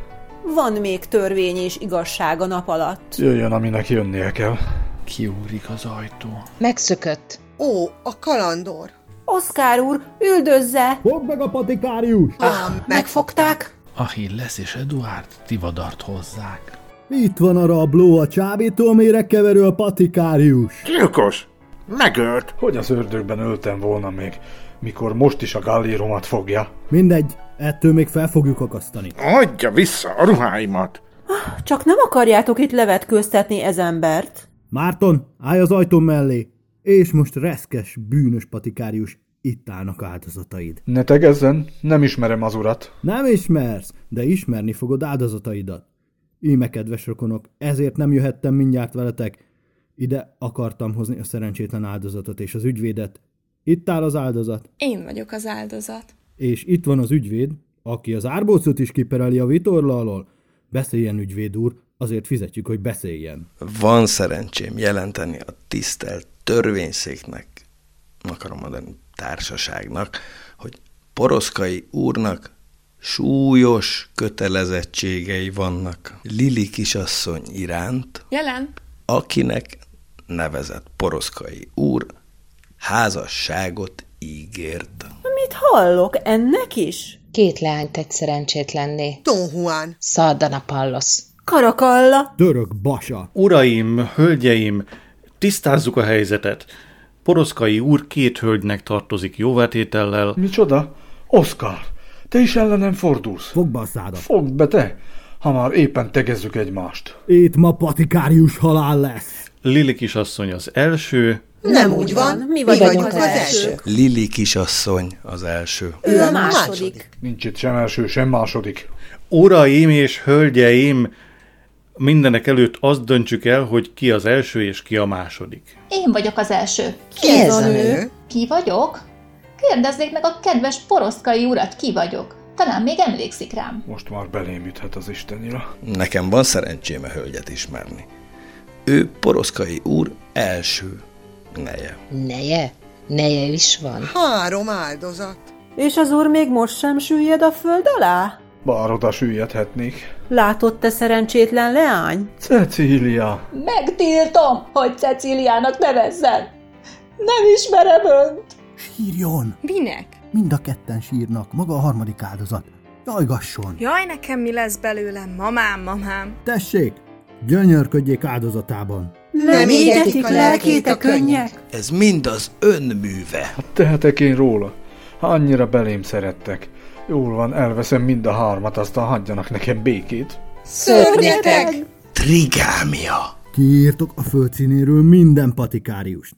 Speaker 10: Van még törvény és igazság a nap alatt.
Speaker 2: Jöjjön, aminek jönnie kell.
Speaker 1: Kiúrik az ajtó.
Speaker 8: Megszökött.
Speaker 9: Ó, a kalandor.
Speaker 10: Oszkár úr, üldözze!
Speaker 5: Fogd meg a patikárius!
Speaker 9: Ám,
Speaker 10: megfogták?
Speaker 1: Achilles és Eduard Tivadart hozzák.
Speaker 5: Itt van a rabló, a csábító, mire keverő a patikárius.
Speaker 12: Gyilkos! Megölt!
Speaker 2: Hogy az ördögben öltem volna még, mikor most is a galléromat fogja?
Speaker 5: Mindegy, ettől még fel fogjuk akasztani.
Speaker 12: Adja vissza a ruháimat!
Speaker 10: Csak nem akarjátok itt levetkőztetni ez embert?
Speaker 5: Márton, állj az ajtó mellé! És most reszkes, bűnös patikárius, itt állnak áldozataid.
Speaker 2: Ne tegezzen, nem ismerem az urat.
Speaker 5: Nem ismersz, de ismerni fogod áldozataidat. Íme, kedves rokonok, ezért nem jöhettem mindjárt veletek. Ide akartam hozni a szerencsétlen áldozatot és az ügyvédet. Itt áll az áldozat,
Speaker 4: Én vagyok az áldozat.
Speaker 5: és itt van az ügyvéd, aki az árbócot is kipereli a vitorla alól. Beszéljen, ügyvéd úr, azért fizetjük, hogy beszéljen.
Speaker 3: Van szerencsém jelenteni a tisztelt törvényszéknek, akarom mondani, társaságnak, hogy Poroszkai úrnak súlyos kötelezettségei vannak Lili kisasszony iránt,
Speaker 4: Jelen?
Speaker 3: akinek nevezett Poroszkai úr házasságot ígért.
Speaker 10: Mit hallok ennek is?
Speaker 8: Két leányt tett szerencsétlenné.
Speaker 9: Don Juan.
Speaker 8: Szardana Pallos.
Speaker 10: Karakalla!
Speaker 5: Török basa!
Speaker 16: Uraim, hölgyeim, tisztázzuk a helyzetet. Poroszkai úr két hölgynek tartozik jóvátétellel,
Speaker 2: Micsoda? Oszkár, te is ellenem fordulsz.
Speaker 5: Fogd be a szádat!
Speaker 2: Fogd be te, ha már éppen tegezzük egymást.
Speaker 5: Itt ma patikárius halál lesz!
Speaker 16: Lili kisasszony az első,
Speaker 9: Nem úgy van, mi vagyunk az elsők.
Speaker 3: Lili kisasszony az első.
Speaker 10: Ő a második.
Speaker 2: Nincs itt sem első, sem második.
Speaker 16: Uraim és hölgyeim, mindenek előtt azt döntsük el, hogy ki az első és ki a második.
Speaker 14: Én vagyok az első.
Speaker 8: Ki ez a nő?
Speaker 14: Ki vagyok? Kérdezzék meg a kedves poroszkai urat, ki vagyok. Talán még emlékszik rám.
Speaker 2: Most már belém üthet az Istenira.
Speaker 3: Nekem van szerencsém a hölgyet ismerni. Ő Poroszkai úr első neje.
Speaker 8: Neje? Neje is van.
Speaker 9: Három áldozat.
Speaker 10: És az úr még most sem süllyed a föld alá?
Speaker 2: Bár oda süllyedhetnék.
Speaker 10: Látott te szerencsétlen leány?
Speaker 2: Cecília!
Speaker 14: Megtiltom, hogy Ceciliának nevezzen. Nem ismerem önt.
Speaker 5: Sírjon!
Speaker 4: Minek?
Speaker 5: Mind a ketten sírnak, maga a harmadik áldozat. Jajgasson!
Speaker 4: Jaj, nekem mi lesz belőlem, mamám, mamám.
Speaker 5: Tessék, gyönyörködjék áldozatában!
Speaker 9: Nem égetik a lelkét a könnyek.
Speaker 3: Ez mind az önműve.
Speaker 2: Hát tehetek én róla. Ha annyira belém szerettek. Jól van, elveszem mind a hármat, aztán hagyjanak nekem békét.
Speaker 9: Szörnyetek!
Speaker 3: Trigámia.
Speaker 5: Kiírtok a földszínéről minden patikáriust.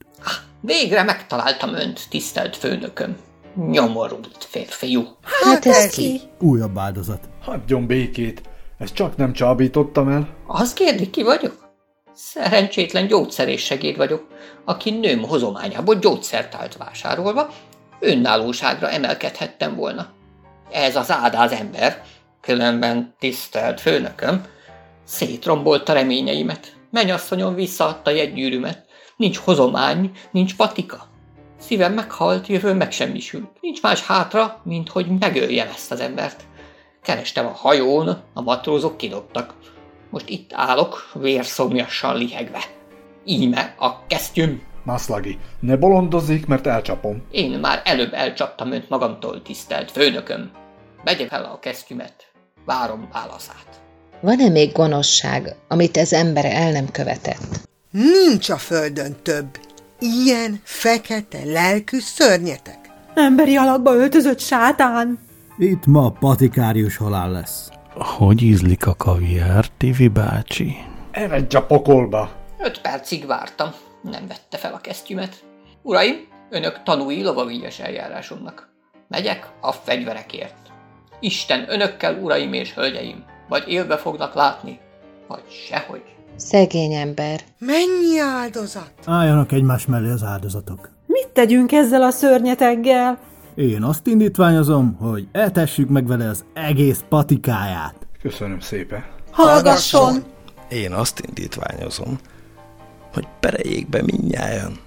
Speaker 15: Végre megtaláltam önt, tisztelt főnököm. Nyomorult férfiú.
Speaker 8: Hát ez ki?
Speaker 5: Újabb áldozat.
Speaker 2: Hagyjon békét! Ezt csak nem csábítottam el.
Speaker 15: Az kérdi, ki vagyok? Szerencsétlen gyógyszerés segéd vagyok, aki nőm hozományából gyógyszertált vásárolva, önállóságra emelkedhettem volna. Ez az ádáz ember, különben tisztelt főnököm, szétrombolta reményeimet. Menyasszonyom visszaadta jegygyűrűmet. Nincs hozomány, nincs patika. Szívem meghalt, jövő megsemmisült. Nincs más hátra, mint hogy megöljem ezt az embert. Kerestem a hajón, a matrózok kidobtak. Most itt állok, vérszomjasan lihegve. Íme a kesztyűm.
Speaker 2: Maszlagi, ne bolondozzék, mert elcsapom.
Speaker 15: Én már előbb elcsaptam önt magamtól, tisztelt főnököm. Vegye fel a kesztyümet. Várom válaszát.
Speaker 8: Van-e még gonoszság, amit ez ember el nem követett?
Speaker 9: Nincs a földön több ilyen fekete lelkű szörnyetek.
Speaker 10: Emberi alakba öltözött sátán.
Speaker 5: Itt ma patikárius halál lesz.
Speaker 16: Hogy ízlik a kaviár, Tivi bácsi?
Speaker 2: Eredj a pokolba!
Speaker 15: Öt percig vártam, nem vette fel a kesztyümet. Uraim, önök tanúi lovavíjas eljárásomnak. Megyek a fegyverekért. Isten önökkel, uraim és hölgyeim, vagy élve fognak látni, vagy sehogy.
Speaker 8: Szegény ember.
Speaker 9: Mennyi áldozat?
Speaker 5: Álljanak egymás mellé az áldozatok.
Speaker 10: Mit tegyünk ezzel a szörnyeteggel?
Speaker 5: Én azt indítványozom, hogy etessük meg vele az egész patikáját.
Speaker 2: Köszönöm szépen.
Speaker 10: Hallgasson!
Speaker 3: Én azt indítványozom, hogy pereljék be mindnyájan.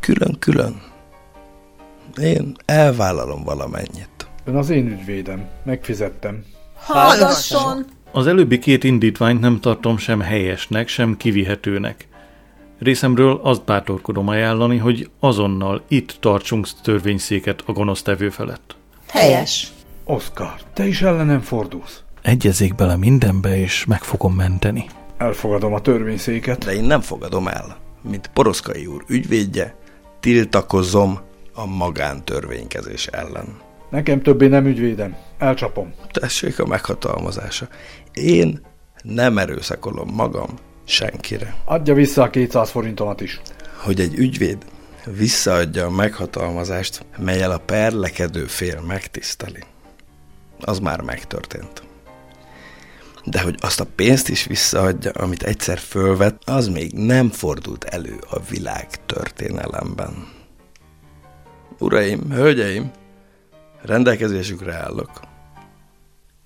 Speaker 3: Külön-külön. Én elvállalom valamennyit.
Speaker 2: Ön az én ügyvédem. Megfizettem.
Speaker 10: Hallgasson!
Speaker 16: Az előbbi két indítványt nem tartom sem helyesnek, sem kivihetőnek. Részemről azt bátorkodom ajánlani, hogy azonnal itt tartsunk törvényszéket a gonosztevő felett.
Speaker 10: Helyes.
Speaker 2: Oszkár, te is ellenem fordulsz.
Speaker 16: Egyezék bele mindenbe, és meg fogom menteni.
Speaker 2: Elfogadom a törvényszéket.
Speaker 3: De én nem fogadom el. Mint Poroszkai úr ügyvédje, tiltakozom a magántörvénykezés ellen.
Speaker 2: Nekem többé nem ügyvédem. Elcsapom.
Speaker 3: Tessék a meghatalmazása. Én nem erőszakolom magam senkire.
Speaker 2: Adja vissza a 200 forintomat is.
Speaker 3: Hogy egy ügyvéd visszaadja a meghatalmazást, melyel a perlekedő fél megtiszteli. Az már megtörtént. De hogy azt a pénzt is visszaadja, amit egyszer fölvett, az még nem fordult elő a világ történelemben. Uraim, hölgyeim, rendelkezésükre állok.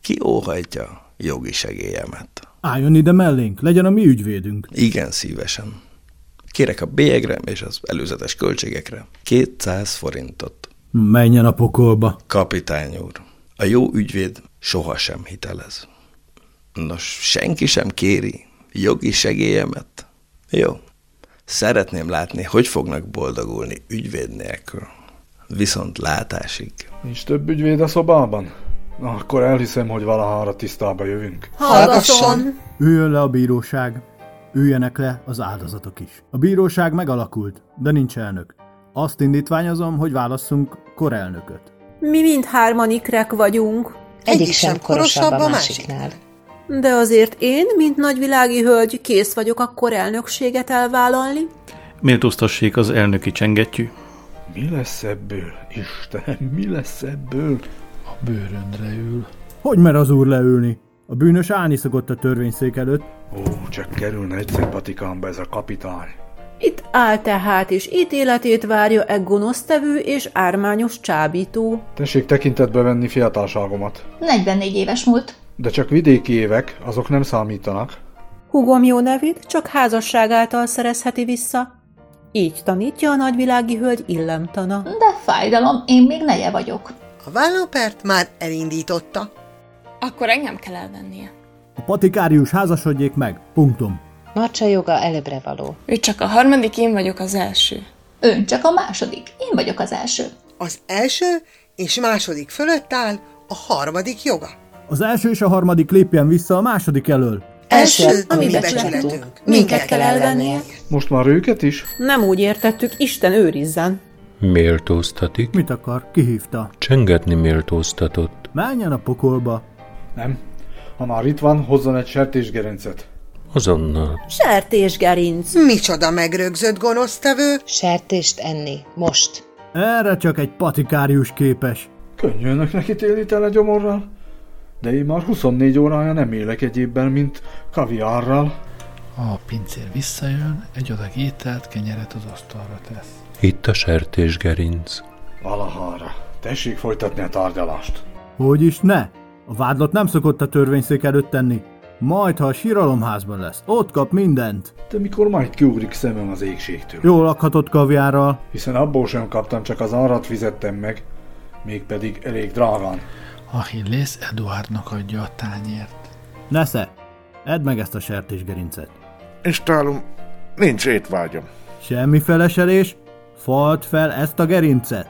Speaker 3: Ki óhajtja jogi segélyemet?
Speaker 5: Álljon ide mellénk, legyen a mi ügyvédünk.
Speaker 3: Igen szívesen. Kérek a bélyegre és az előzetes költségekre 200 forintot.
Speaker 5: Menjen a pokolba.
Speaker 3: Kapitány úr, a jó ügyvéd sohasem hitelez. Nos, senki sem kéri jogi segélyemet. Jó. Szeretném látni, hogy fognak boldogulni ügyvéd nélkül. Viszont látásig.
Speaker 2: Nincs több ügyvéd a szobában? Na, akkor elhiszem, hogy valahára tisztába jövünk.
Speaker 10: Hallgasson!
Speaker 5: Üljön le a bíróság, üljenek le az áldozatok is. A bíróság megalakult, de nincs elnök. Azt indítványozom, hogy válasszunk korelnököt.
Speaker 10: Mi mindhárman ikrek vagyunk.
Speaker 8: Egyik sem korosabb a másiknál.
Speaker 10: De azért én, mint nagyvilági hölgy, kész vagyok akkor elnökséget elvállalni.
Speaker 16: Méltóztassék az elnöki csengettyű.
Speaker 2: Mi lesz ebből? Istenem, mi lesz ebből?
Speaker 1: A bőrönre ül.
Speaker 5: Hogy mer az úr leülni? A bűnös állni szokott a törvényszék előtt.
Speaker 2: Ó, csak kerülne egyszer patikámba ez a kapitány.
Speaker 10: Itt áll tehát, és ítéletét várja e gonosztevő és ármányos csábító.
Speaker 2: Tessék tekintetbe venni fiatalságomat.
Speaker 14: 44 éves múlt.
Speaker 2: De csak vidéki évek, azok nem számítanak.
Speaker 10: Hugom jó nevét csak házasság által szerezheti vissza. Így tanítja a nagyvilági hölgy illemtana.
Speaker 14: De fájdalom, én még neje vagyok.
Speaker 9: A vállópert már elindította.
Speaker 4: Akkor engem kell elvennie.
Speaker 5: A patikárius házasodjék meg, punktum.
Speaker 8: Marcsa joga előbbre való.
Speaker 4: Ő csak a harmadik, én vagyok az első.
Speaker 14: Ön csak a második, én vagyok az első.
Speaker 9: Az első és második fölött áll a harmadik joga.
Speaker 5: Az első és a harmadik lépjen vissza a második elől.
Speaker 8: Első,
Speaker 9: a mi
Speaker 8: ami
Speaker 9: becsületünk.
Speaker 8: becsületünk.
Speaker 10: Minket kell elvennie.
Speaker 2: Most már őket is?
Speaker 10: Nem úgy értettük, Isten őrizzen.
Speaker 17: Méltóztatik,
Speaker 5: Mit akar? Kihívta.
Speaker 17: csengetni méltóztatott,
Speaker 5: Menjen a pokolba.
Speaker 2: Nem. Ha már itt van, hozzon egy sertésgerincet.
Speaker 17: azonnal
Speaker 10: Sertésgerinc.
Speaker 9: Micsoda megrögzött gonosztevő!
Speaker 8: Sertést enni. Most.
Speaker 5: Erre csak egy patikárius képes.
Speaker 2: Könnyű önök neki télni tele gyomorral? De én már 24 órája nem élek egyébben, mint kaviárral.
Speaker 1: A pincér visszajön, egy adag ételt, kenyeret az asztalra tesz.
Speaker 17: itt a sertésgerinc.
Speaker 2: Valahára. Tessék folytatni a tárgyalást.
Speaker 5: Hogy is ne? A vádlott nem szokott a törvényszék előtt tenni. Majd, ha a síralomházban lesz, ott kap mindent.
Speaker 2: De mikor majd kiugrik szemem az égségtől?
Speaker 5: Jól lakhatott kaviárral.
Speaker 2: Hiszen abból sem kaptam, csak az árat fizettem meg. Mégpedig elég drágán.
Speaker 1: Achilles Eduardnak adja a tányért.
Speaker 5: Nesze, edd meg ezt a sertésgerincet.
Speaker 12: És tálom, nincs étvágyam.
Speaker 5: Semmi feleselés? Falt fel ezt a gerincet!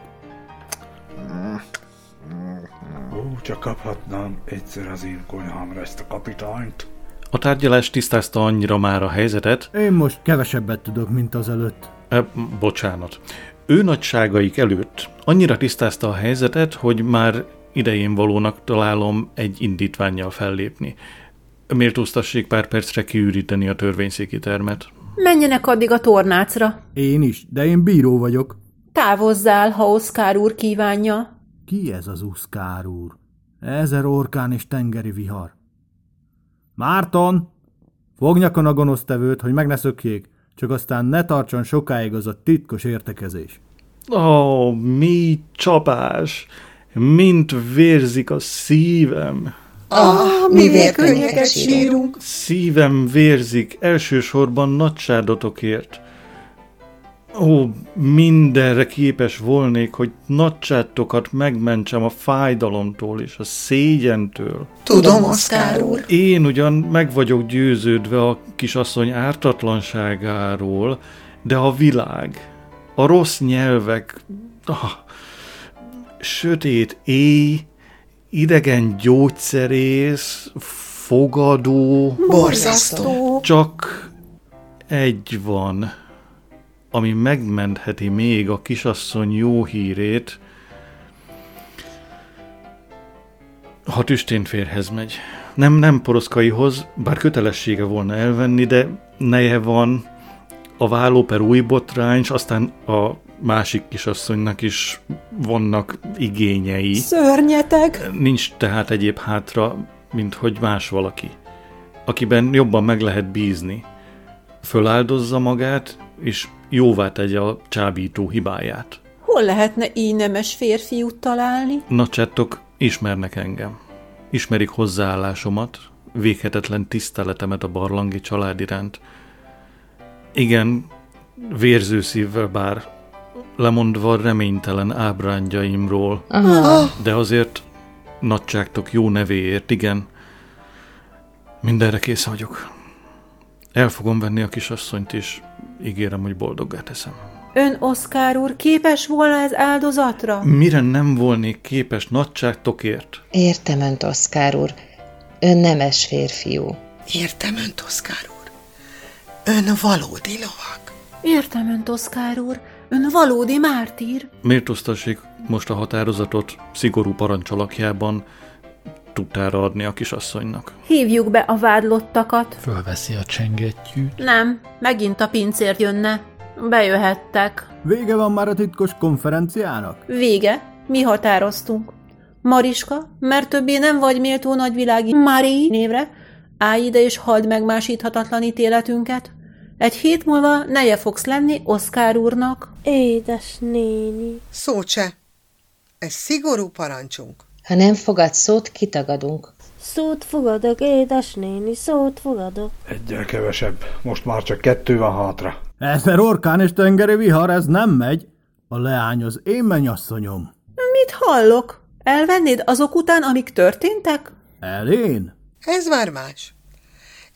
Speaker 2: Ó, csak kaphatnám egyszer az én konyhámra ezt a kapitányt.
Speaker 16: A tárgyalás tisztázta annyira már a helyzetet,
Speaker 5: Én most kevesebbet tudok, mint az előtt.
Speaker 16: E, bocsánat. Ő nagyságaik előtt annyira tisztázta a helyzetet, hogy már idején valónak találom egy indítványjal fellépni. Méltóztassék pár percre kiüríteni a törvényszéki termet.
Speaker 6: Menjenek addig a tornácra.
Speaker 5: Én is, de én bíró vagyok.
Speaker 6: Távozzál, ha Oszkár úr kívánja.
Speaker 5: Ki ez az úszkár úr? Ezer orkán és tengeri vihar. Márton! Fog nyakon a gonosztevőt, hogy meg ne szökjék, csak aztán ne tartson sokáig az a titkos értekezés.
Speaker 16: Ó, oh, mi csapás! Mint vérzik a szívem!
Speaker 9: Ah, mivel könnyeket sírunk.
Speaker 16: Szívem vérzik elsősorban nagyságotokért. Ó, mindenre képes volnék, hogy nagyságotokat megmentsem a fájdalomtól és a szégyentől.
Speaker 9: Tudom, Oszkár úr.
Speaker 16: Én ugyan meg vagyok győződve a kisasszony ártatlanságáról, de a világ, a rossz nyelvek, ah, sötét éj, idegen gyógyszerész, fogadó,
Speaker 9: Borzasztó.
Speaker 16: csak egy van, ami megmentheti még a kisasszony jó hírét, ha tüsténférhez megy. Nem, nem poroszkaihoz, bár kötelessége volna elvenni, de neje van a vállóper új botrány, és aztán a másik kisasszonynak is vannak igényei.
Speaker 6: Szörnyeteg!
Speaker 16: Nincs tehát egyéb hátra, mint hogy más valaki, akiben jobban meg lehet bízni. Föláldozza magát, és jóvá tegye a csábító hibáját.
Speaker 6: Hol lehetne így nemes férfiút találni?
Speaker 16: Nacsettok ismernek engem. Ismerik hozzáállásomat, véghetetlen tiszteletemet a barlangi család iránt. Igen, vérző szívvel bár, lemondva reménytelen ábrándjaimról,
Speaker 8: Aha.
Speaker 16: de azért nagyságtok jó nevéért, igen, mindenre kész vagyok. El fogom venni a kisasszonyt, és ígérem, hogy boldoggá teszem.
Speaker 6: Ön, Oszkár úr, képes volna ez áldozatra?
Speaker 16: Mire nem volnék képes nagyságtokért?
Speaker 8: Értem önt, Oszkár úr. Ön nemes férfiú.
Speaker 9: Értem önt, Oszkár úr. Ön valódi lovag.
Speaker 6: Értem önt, Oszkár úr. Ön valódi mártír.
Speaker 16: Méltóztassék most a határozatot szigorú parancs alakjában tudtára adni a kisasszonynak.
Speaker 6: Hívjuk be a vádlottakat.
Speaker 18: Fölveszi a csengettyűt,
Speaker 6: Nem, megint a pincér jönne. Bejöhettek.
Speaker 5: Vége van már a titkos konferenciának?
Speaker 6: Vége. Mi határoztunk. Mariska, mert többé nem vagy méltó nagyvilági Mari névre, állj ide és halld meg másíthatatlan ítéletünket. Egy hét múlva neje fogsz lenni Oszkár úrnak.
Speaker 7: Édes néni.
Speaker 9: Szót se. Ez szigorú parancsunk.
Speaker 8: Ha nem fogad szót, kitagadunk.
Speaker 7: Szót fogadok, édes néni, szót fogadok.
Speaker 2: Egyel kevesebb. Most már csak kettő van hátra.
Speaker 5: Ezer orkán és tengeri vihar, ez nem megy. A leány az én menyasszonyom.
Speaker 6: Mit hallok? Elvennéd azok után, amik történtek?
Speaker 5: Elén?
Speaker 9: Ez már más.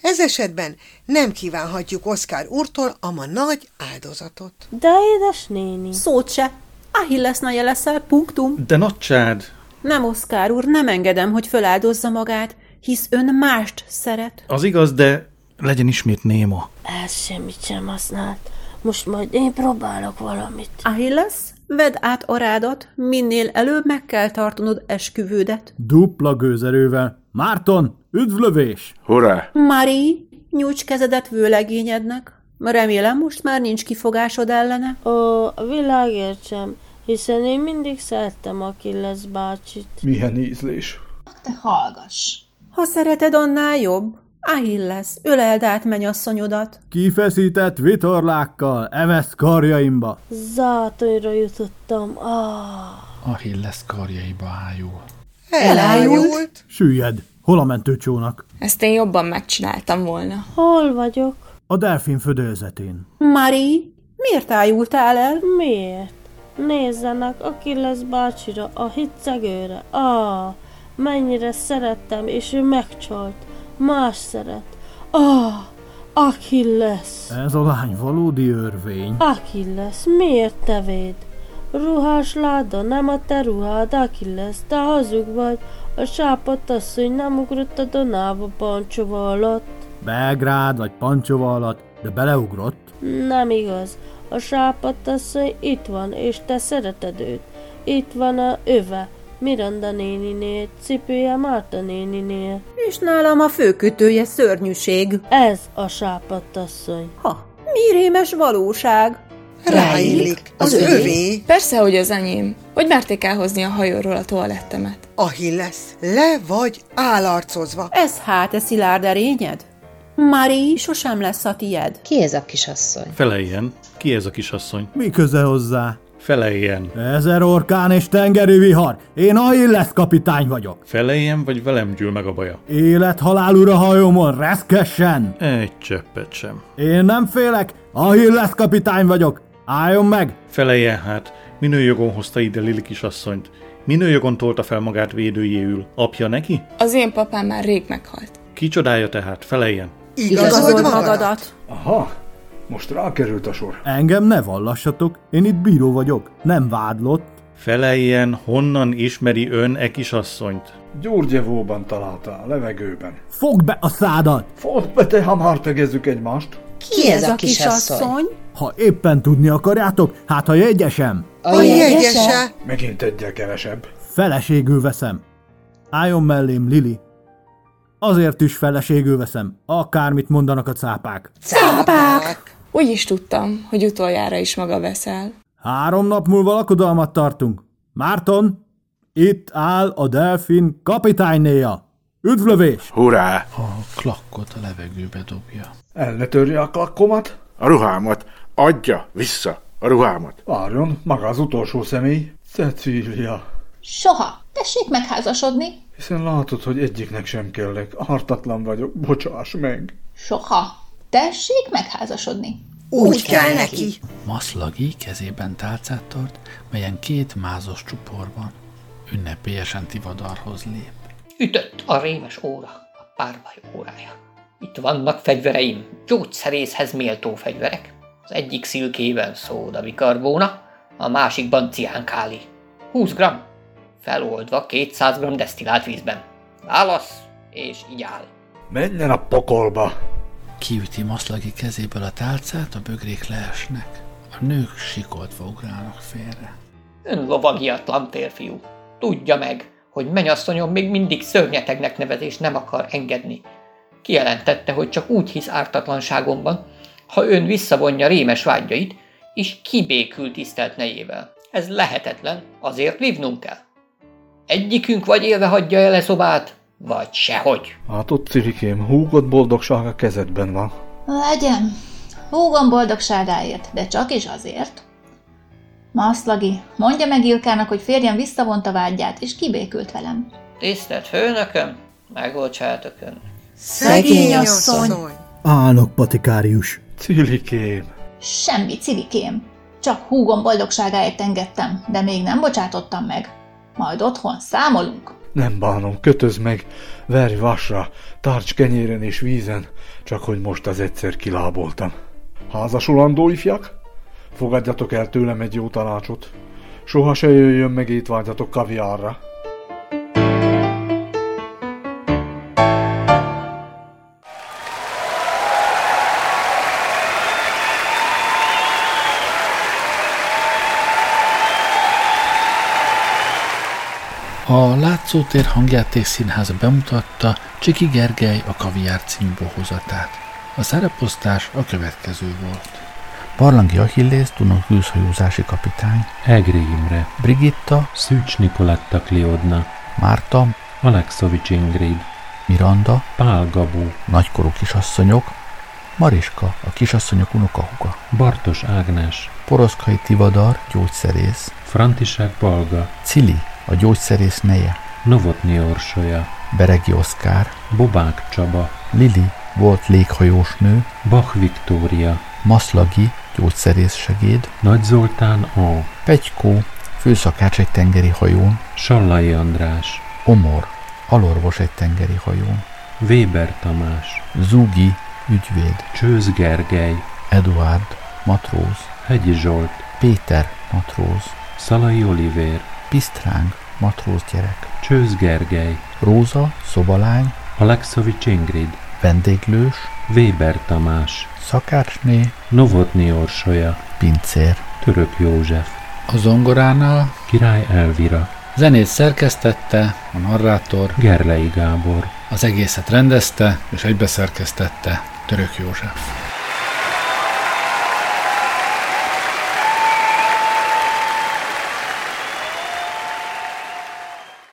Speaker 9: Ez esetben nem kívánhatjuk Oszkár úrtól a ma nagy áldozatot.
Speaker 7: De édes néni.
Speaker 6: Szót se. Ahilles naja leszel, punktum.
Speaker 16: De nagycsád!
Speaker 6: Nem, Oszkár úr, nem engedem, hogy föláldozza magát, hisz ön mást szeret.
Speaker 16: Az igaz, de legyen ismét néma.
Speaker 7: Ez semmit sem használt. Most majd én próbálok valamit.
Speaker 6: Ahilles, vedd át arádat, minél előbb meg kell tartanod esküvődet.
Speaker 5: Dupla gőzerővel. Márton, üdvlövés!
Speaker 19: Hurrá!
Speaker 6: Mari, nyújts kezedet vőlegényednek. Remélem, most már nincs kifogásod ellene.
Speaker 7: Ó, a világért sem, hiszen én mindig szerettem a Killes bácsit.
Speaker 2: Milyen ízlés.
Speaker 20: Te hallgass!
Speaker 6: Ha szereted, annál jobb. Ahilles, öleld át menyasszonyodat.
Speaker 5: Kifeszített vitorlákkal, evesz karjaimba.
Speaker 7: Zátonyra jutottam. Ah.
Speaker 18: Achilles karjaiba ájul.
Speaker 9: Elájult?
Speaker 5: Süllyed, hol a mentőcsónak?
Speaker 4: Ezt én jobban megcsináltam volna.
Speaker 7: Hol vagyok?
Speaker 5: A delfin födőzetén.
Speaker 6: Mari, miért ájultál el?
Speaker 7: Miért? Nézzenek a Killes bácsira, a hiccegőre. Ah, mennyire szerettem, és ő megcsalt. Más szeret. Ah, Aki lesz.
Speaker 5: Ez a lány valódi örvény.
Speaker 7: Aki lesz, miért te véd? Ruhás láda, nem a te ruhád, aki lesz, te hazug vagy. A sápadt asszony nem ugrott a Donába pancsova alatt.
Speaker 5: Belgrád vagy Pancsova alatt, de beleugrott.
Speaker 7: Nem igaz. A sápadt asszony itt van, és te szereted őt. Itt van a öve, Miranda néninél, cipője Márta néninél.
Speaker 10: És nálam a főkötője szörnyűség.
Speaker 7: Ez a sápadt asszony.
Speaker 10: Ha, mi rémes valóság?
Speaker 9: Ráillik. Az övé.
Speaker 4: Persze, hogy az enyém. Hogy merték elhozni a hajóról a toalettemet?
Speaker 9: Ahilles, le vagy állarcozva.
Speaker 10: Ez hát a szilárd erényed? Mari sosem lesz a tied.
Speaker 8: Ki ez a kisasszony?
Speaker 16: Feleljen. Ki ez a kisasszony?
Speaker 5: Mi köze hozzá?
Speaker 16: Feleljen.
Speaker 5: Ezer orkán és tengeri vihar. Én Ahilles kapitány vagyok.
Speaker 16: Feleljen, vagy velem gyűl meg a baja?
Speaker 5: Élet-halál ura hajómon, reszkessen!
Speaker 16: Egy cseppet sem.
Speaker 5: Én nem félek, Ahilles kapitány vagyok. Álljon meg!
Speaker 16: Feleljen hát, minő jogon hozta ide Lili kisasszonyt? Minő jogon tolta fel magát védőjéül? Apja neki?
Speaker 4: Az én papám már rég meghalt.
Speaker 16: Kicsodája tehát, feleljen.
Speaker 9: Igazold magadat.
Speaker 2: Aha, most rákerült a sor.
Speaker 5: Engem ne vallassatok, én itt bíró vagyok, nem vádlott.
Speaker 16: Feleljen, honnan ismeri ön e kisasszonyt?
Speaker 2: Gyurgyevóban találta, a levegőben.
Speaker 5: Fogd be a szádat!
Speaker 2: Fogd be, te hamar tegezzük egymást.
Speaker 8: Ki ez a kisasszony?
Speaker 5: Ha éppen tudni akarjátok, hát ha jegyesem,
Speaker 9: A jegyese.
Speaker 2: Megint egyel kevesebb.
Speaker 5: feleségül veszem. Álljon mellém, Lili. Azért is feleségül veszem, akármit mondanak a cápák.
Speaker 4: Cápák! Úgy is tudtam, hogy utoljára is maga veszel.
Speaker 5: Három nap múlva lakodalmat tartunk. Márton, itt áll a delfin kapitánynéja. Üdvlövés!
Speaker 12: Hurrá!
Speaker 1: A klakkot a levegőbe dobja.
Speaker 2: El ne törje a klakkomat.
Speaker 12: A ruhámat! Adja vissza a ruhámat!
Speaker 2: Várjon, maga az utolsó személy. Cecília.
Speaker 14: Soha! Tessék megházasodni!
Speaker 2: Hiszen látod, hogy egyiknek sem kellek. Hartatlan vagyok, bocsáss meg.
Speaker 14: Soha! Tessék megházasodni!
Speaker 9: Úgy kell neki.
Speaker 1: Maszlagi kezében tálcát tart, melyen két mázos csupor van. Ünnepélyesen Tivadarhoz lép.
Speaker 15: Ütött a rémes óra, a párbaj órája. Itt vannak fegyvereim, gyógyszerészhez méltó fegyverek. Az egyik szilkében szóda bikarbóna, a másikban ciánkáli. 20 g, feloldva 200 g desztillált vízben. Válasz, és így áll.
Speaker 2: Menjen a pokolba.
Speaker 1: Kiüti maszlagi kezéből a tálcát, a bögrék leesnek. A nők sikoltva ugrálnak félre.
Speaker 15: Ön lovagiatlan férfiú. Tudja meg, hogy menyasszonyom még mindig szörnyetegnek nevezés nem akar engedni. Kijelentette, hogy csak úgy hisz ártatlanságomban, ha ön visszavonja rémes vágyait, és kibékül tisztelt nejével. Ez lehetetlen, azért vívnunk kell. Egyikünk vagy élve hagyja el a szobát, vagy sehogy.
Speaker 2: Látod, Cirikém, Hát húgott boldogság a kezedben van.
Speaker 14: Legyen! Húgom boldogságáért, de csak is azért. Maszlagi, mondja meg Ilkának, hogy férjem visszavonta vágyját, és kibékült velem.
Speaker 15: Tisztelt főnököm, megbocsátok ön.
Speaker 9: Szegény
Speaker 10: asszony.
Speaker 9: asszony.
Speaker 5: Állok, patikárius.
Speaker 2: Cilikém.
Speaker 14: Semmi, civikém. Csak húgom boldogságáért engedtem, de még nem bocsátottam meg. Majd otthon számolunk.
Speaker 2: Nem bánom, kötöz meg, verj vasra, tarts kenyéren és vízen, csak hogy most az egyszer kiláboltam. Házasulandó ifjak? Fogadjatok el tőlem egy jó tanácsot. Soha se jöjjön meg étvágyatok kaviárra.
Speaker 1: A látszótér hangjáték színháza bemutatta Csiki Gergely a kaviár című bohozatát. A szereposztás a következő volt. Barlangi Achillész, Dunok gőzhajózási kapitány,
Speaker 17: Egri Imre,
Speaker 1: Brigitta,
Speaker 17: Szűcs Nikoletta Kliodna,
Speaker 1: Márta,
Speaker 17: Alexovics Ingrid,
Speaker 1: Miranda,
Speaker 17: Pál Gabó,
Speaker 1: nagykorú kisasszonyok, Mariska, a kisasszonyok unokahuga,
Speaker 17: Bartos Ágnes,
Speaker 1: Poroszkai Tivadar, gyógyszerész,
Speaker 17: František Balga,
Speaker 1: Cili, a gyógyszerész neje,
Speaker 17: Novotni Orsolya,
Speaker 1: Beregi Oszkár,
Speaker 17: Bobák Csaba,
Speaker 1: Lili, volt léghajós nő,
Speaker 17: Bach Viktória,
Speaker 1: Maszlagi, gyógyszerész segéd,
Speaker 17: Nagy Zoltán A,
Speaker 1: Pegykó, főszakács egy tengeri hajón,
Speaker 17: Sallai András,
Speaker 1: Omor, alorvos egy tengeri hajón,
Speaker 17: Weber Tamás,
Speaker 1: Zugi, Ügyvéd.
Speaker 16: Csőz Gergely.
Speaker 1: Eduard. Matróz.
Speaker 16: Hegyi Zsolt.
Speaker 1: Péter. Matróz.
Speaker 16: Szalai Olivér.
Speaker 1: Pisztráng. Matróz gyerek.
Speaker 16: Csőz Gergely.
Speaker 1: Róza. Szobalány.
Speaker 16: Alexovics Ingrid.
Speaker 1: Vendéglős.
Speaker 16: Weber Tamás.
Speaker 1: Szakácsné.
Speaker 16: Novotni Orsolya.
Speaker 1: Pincér.
Speaker 16: Török József.
Speaker 1: A zongoránál
Speaker 16: Király Elvira.
Speaker 1: Zenét szerkesztette a narrátor
Speaker 16: Gerlei Gábor.
Speaker 1: Az egészet rendezte és egybeszerkesztette Török József.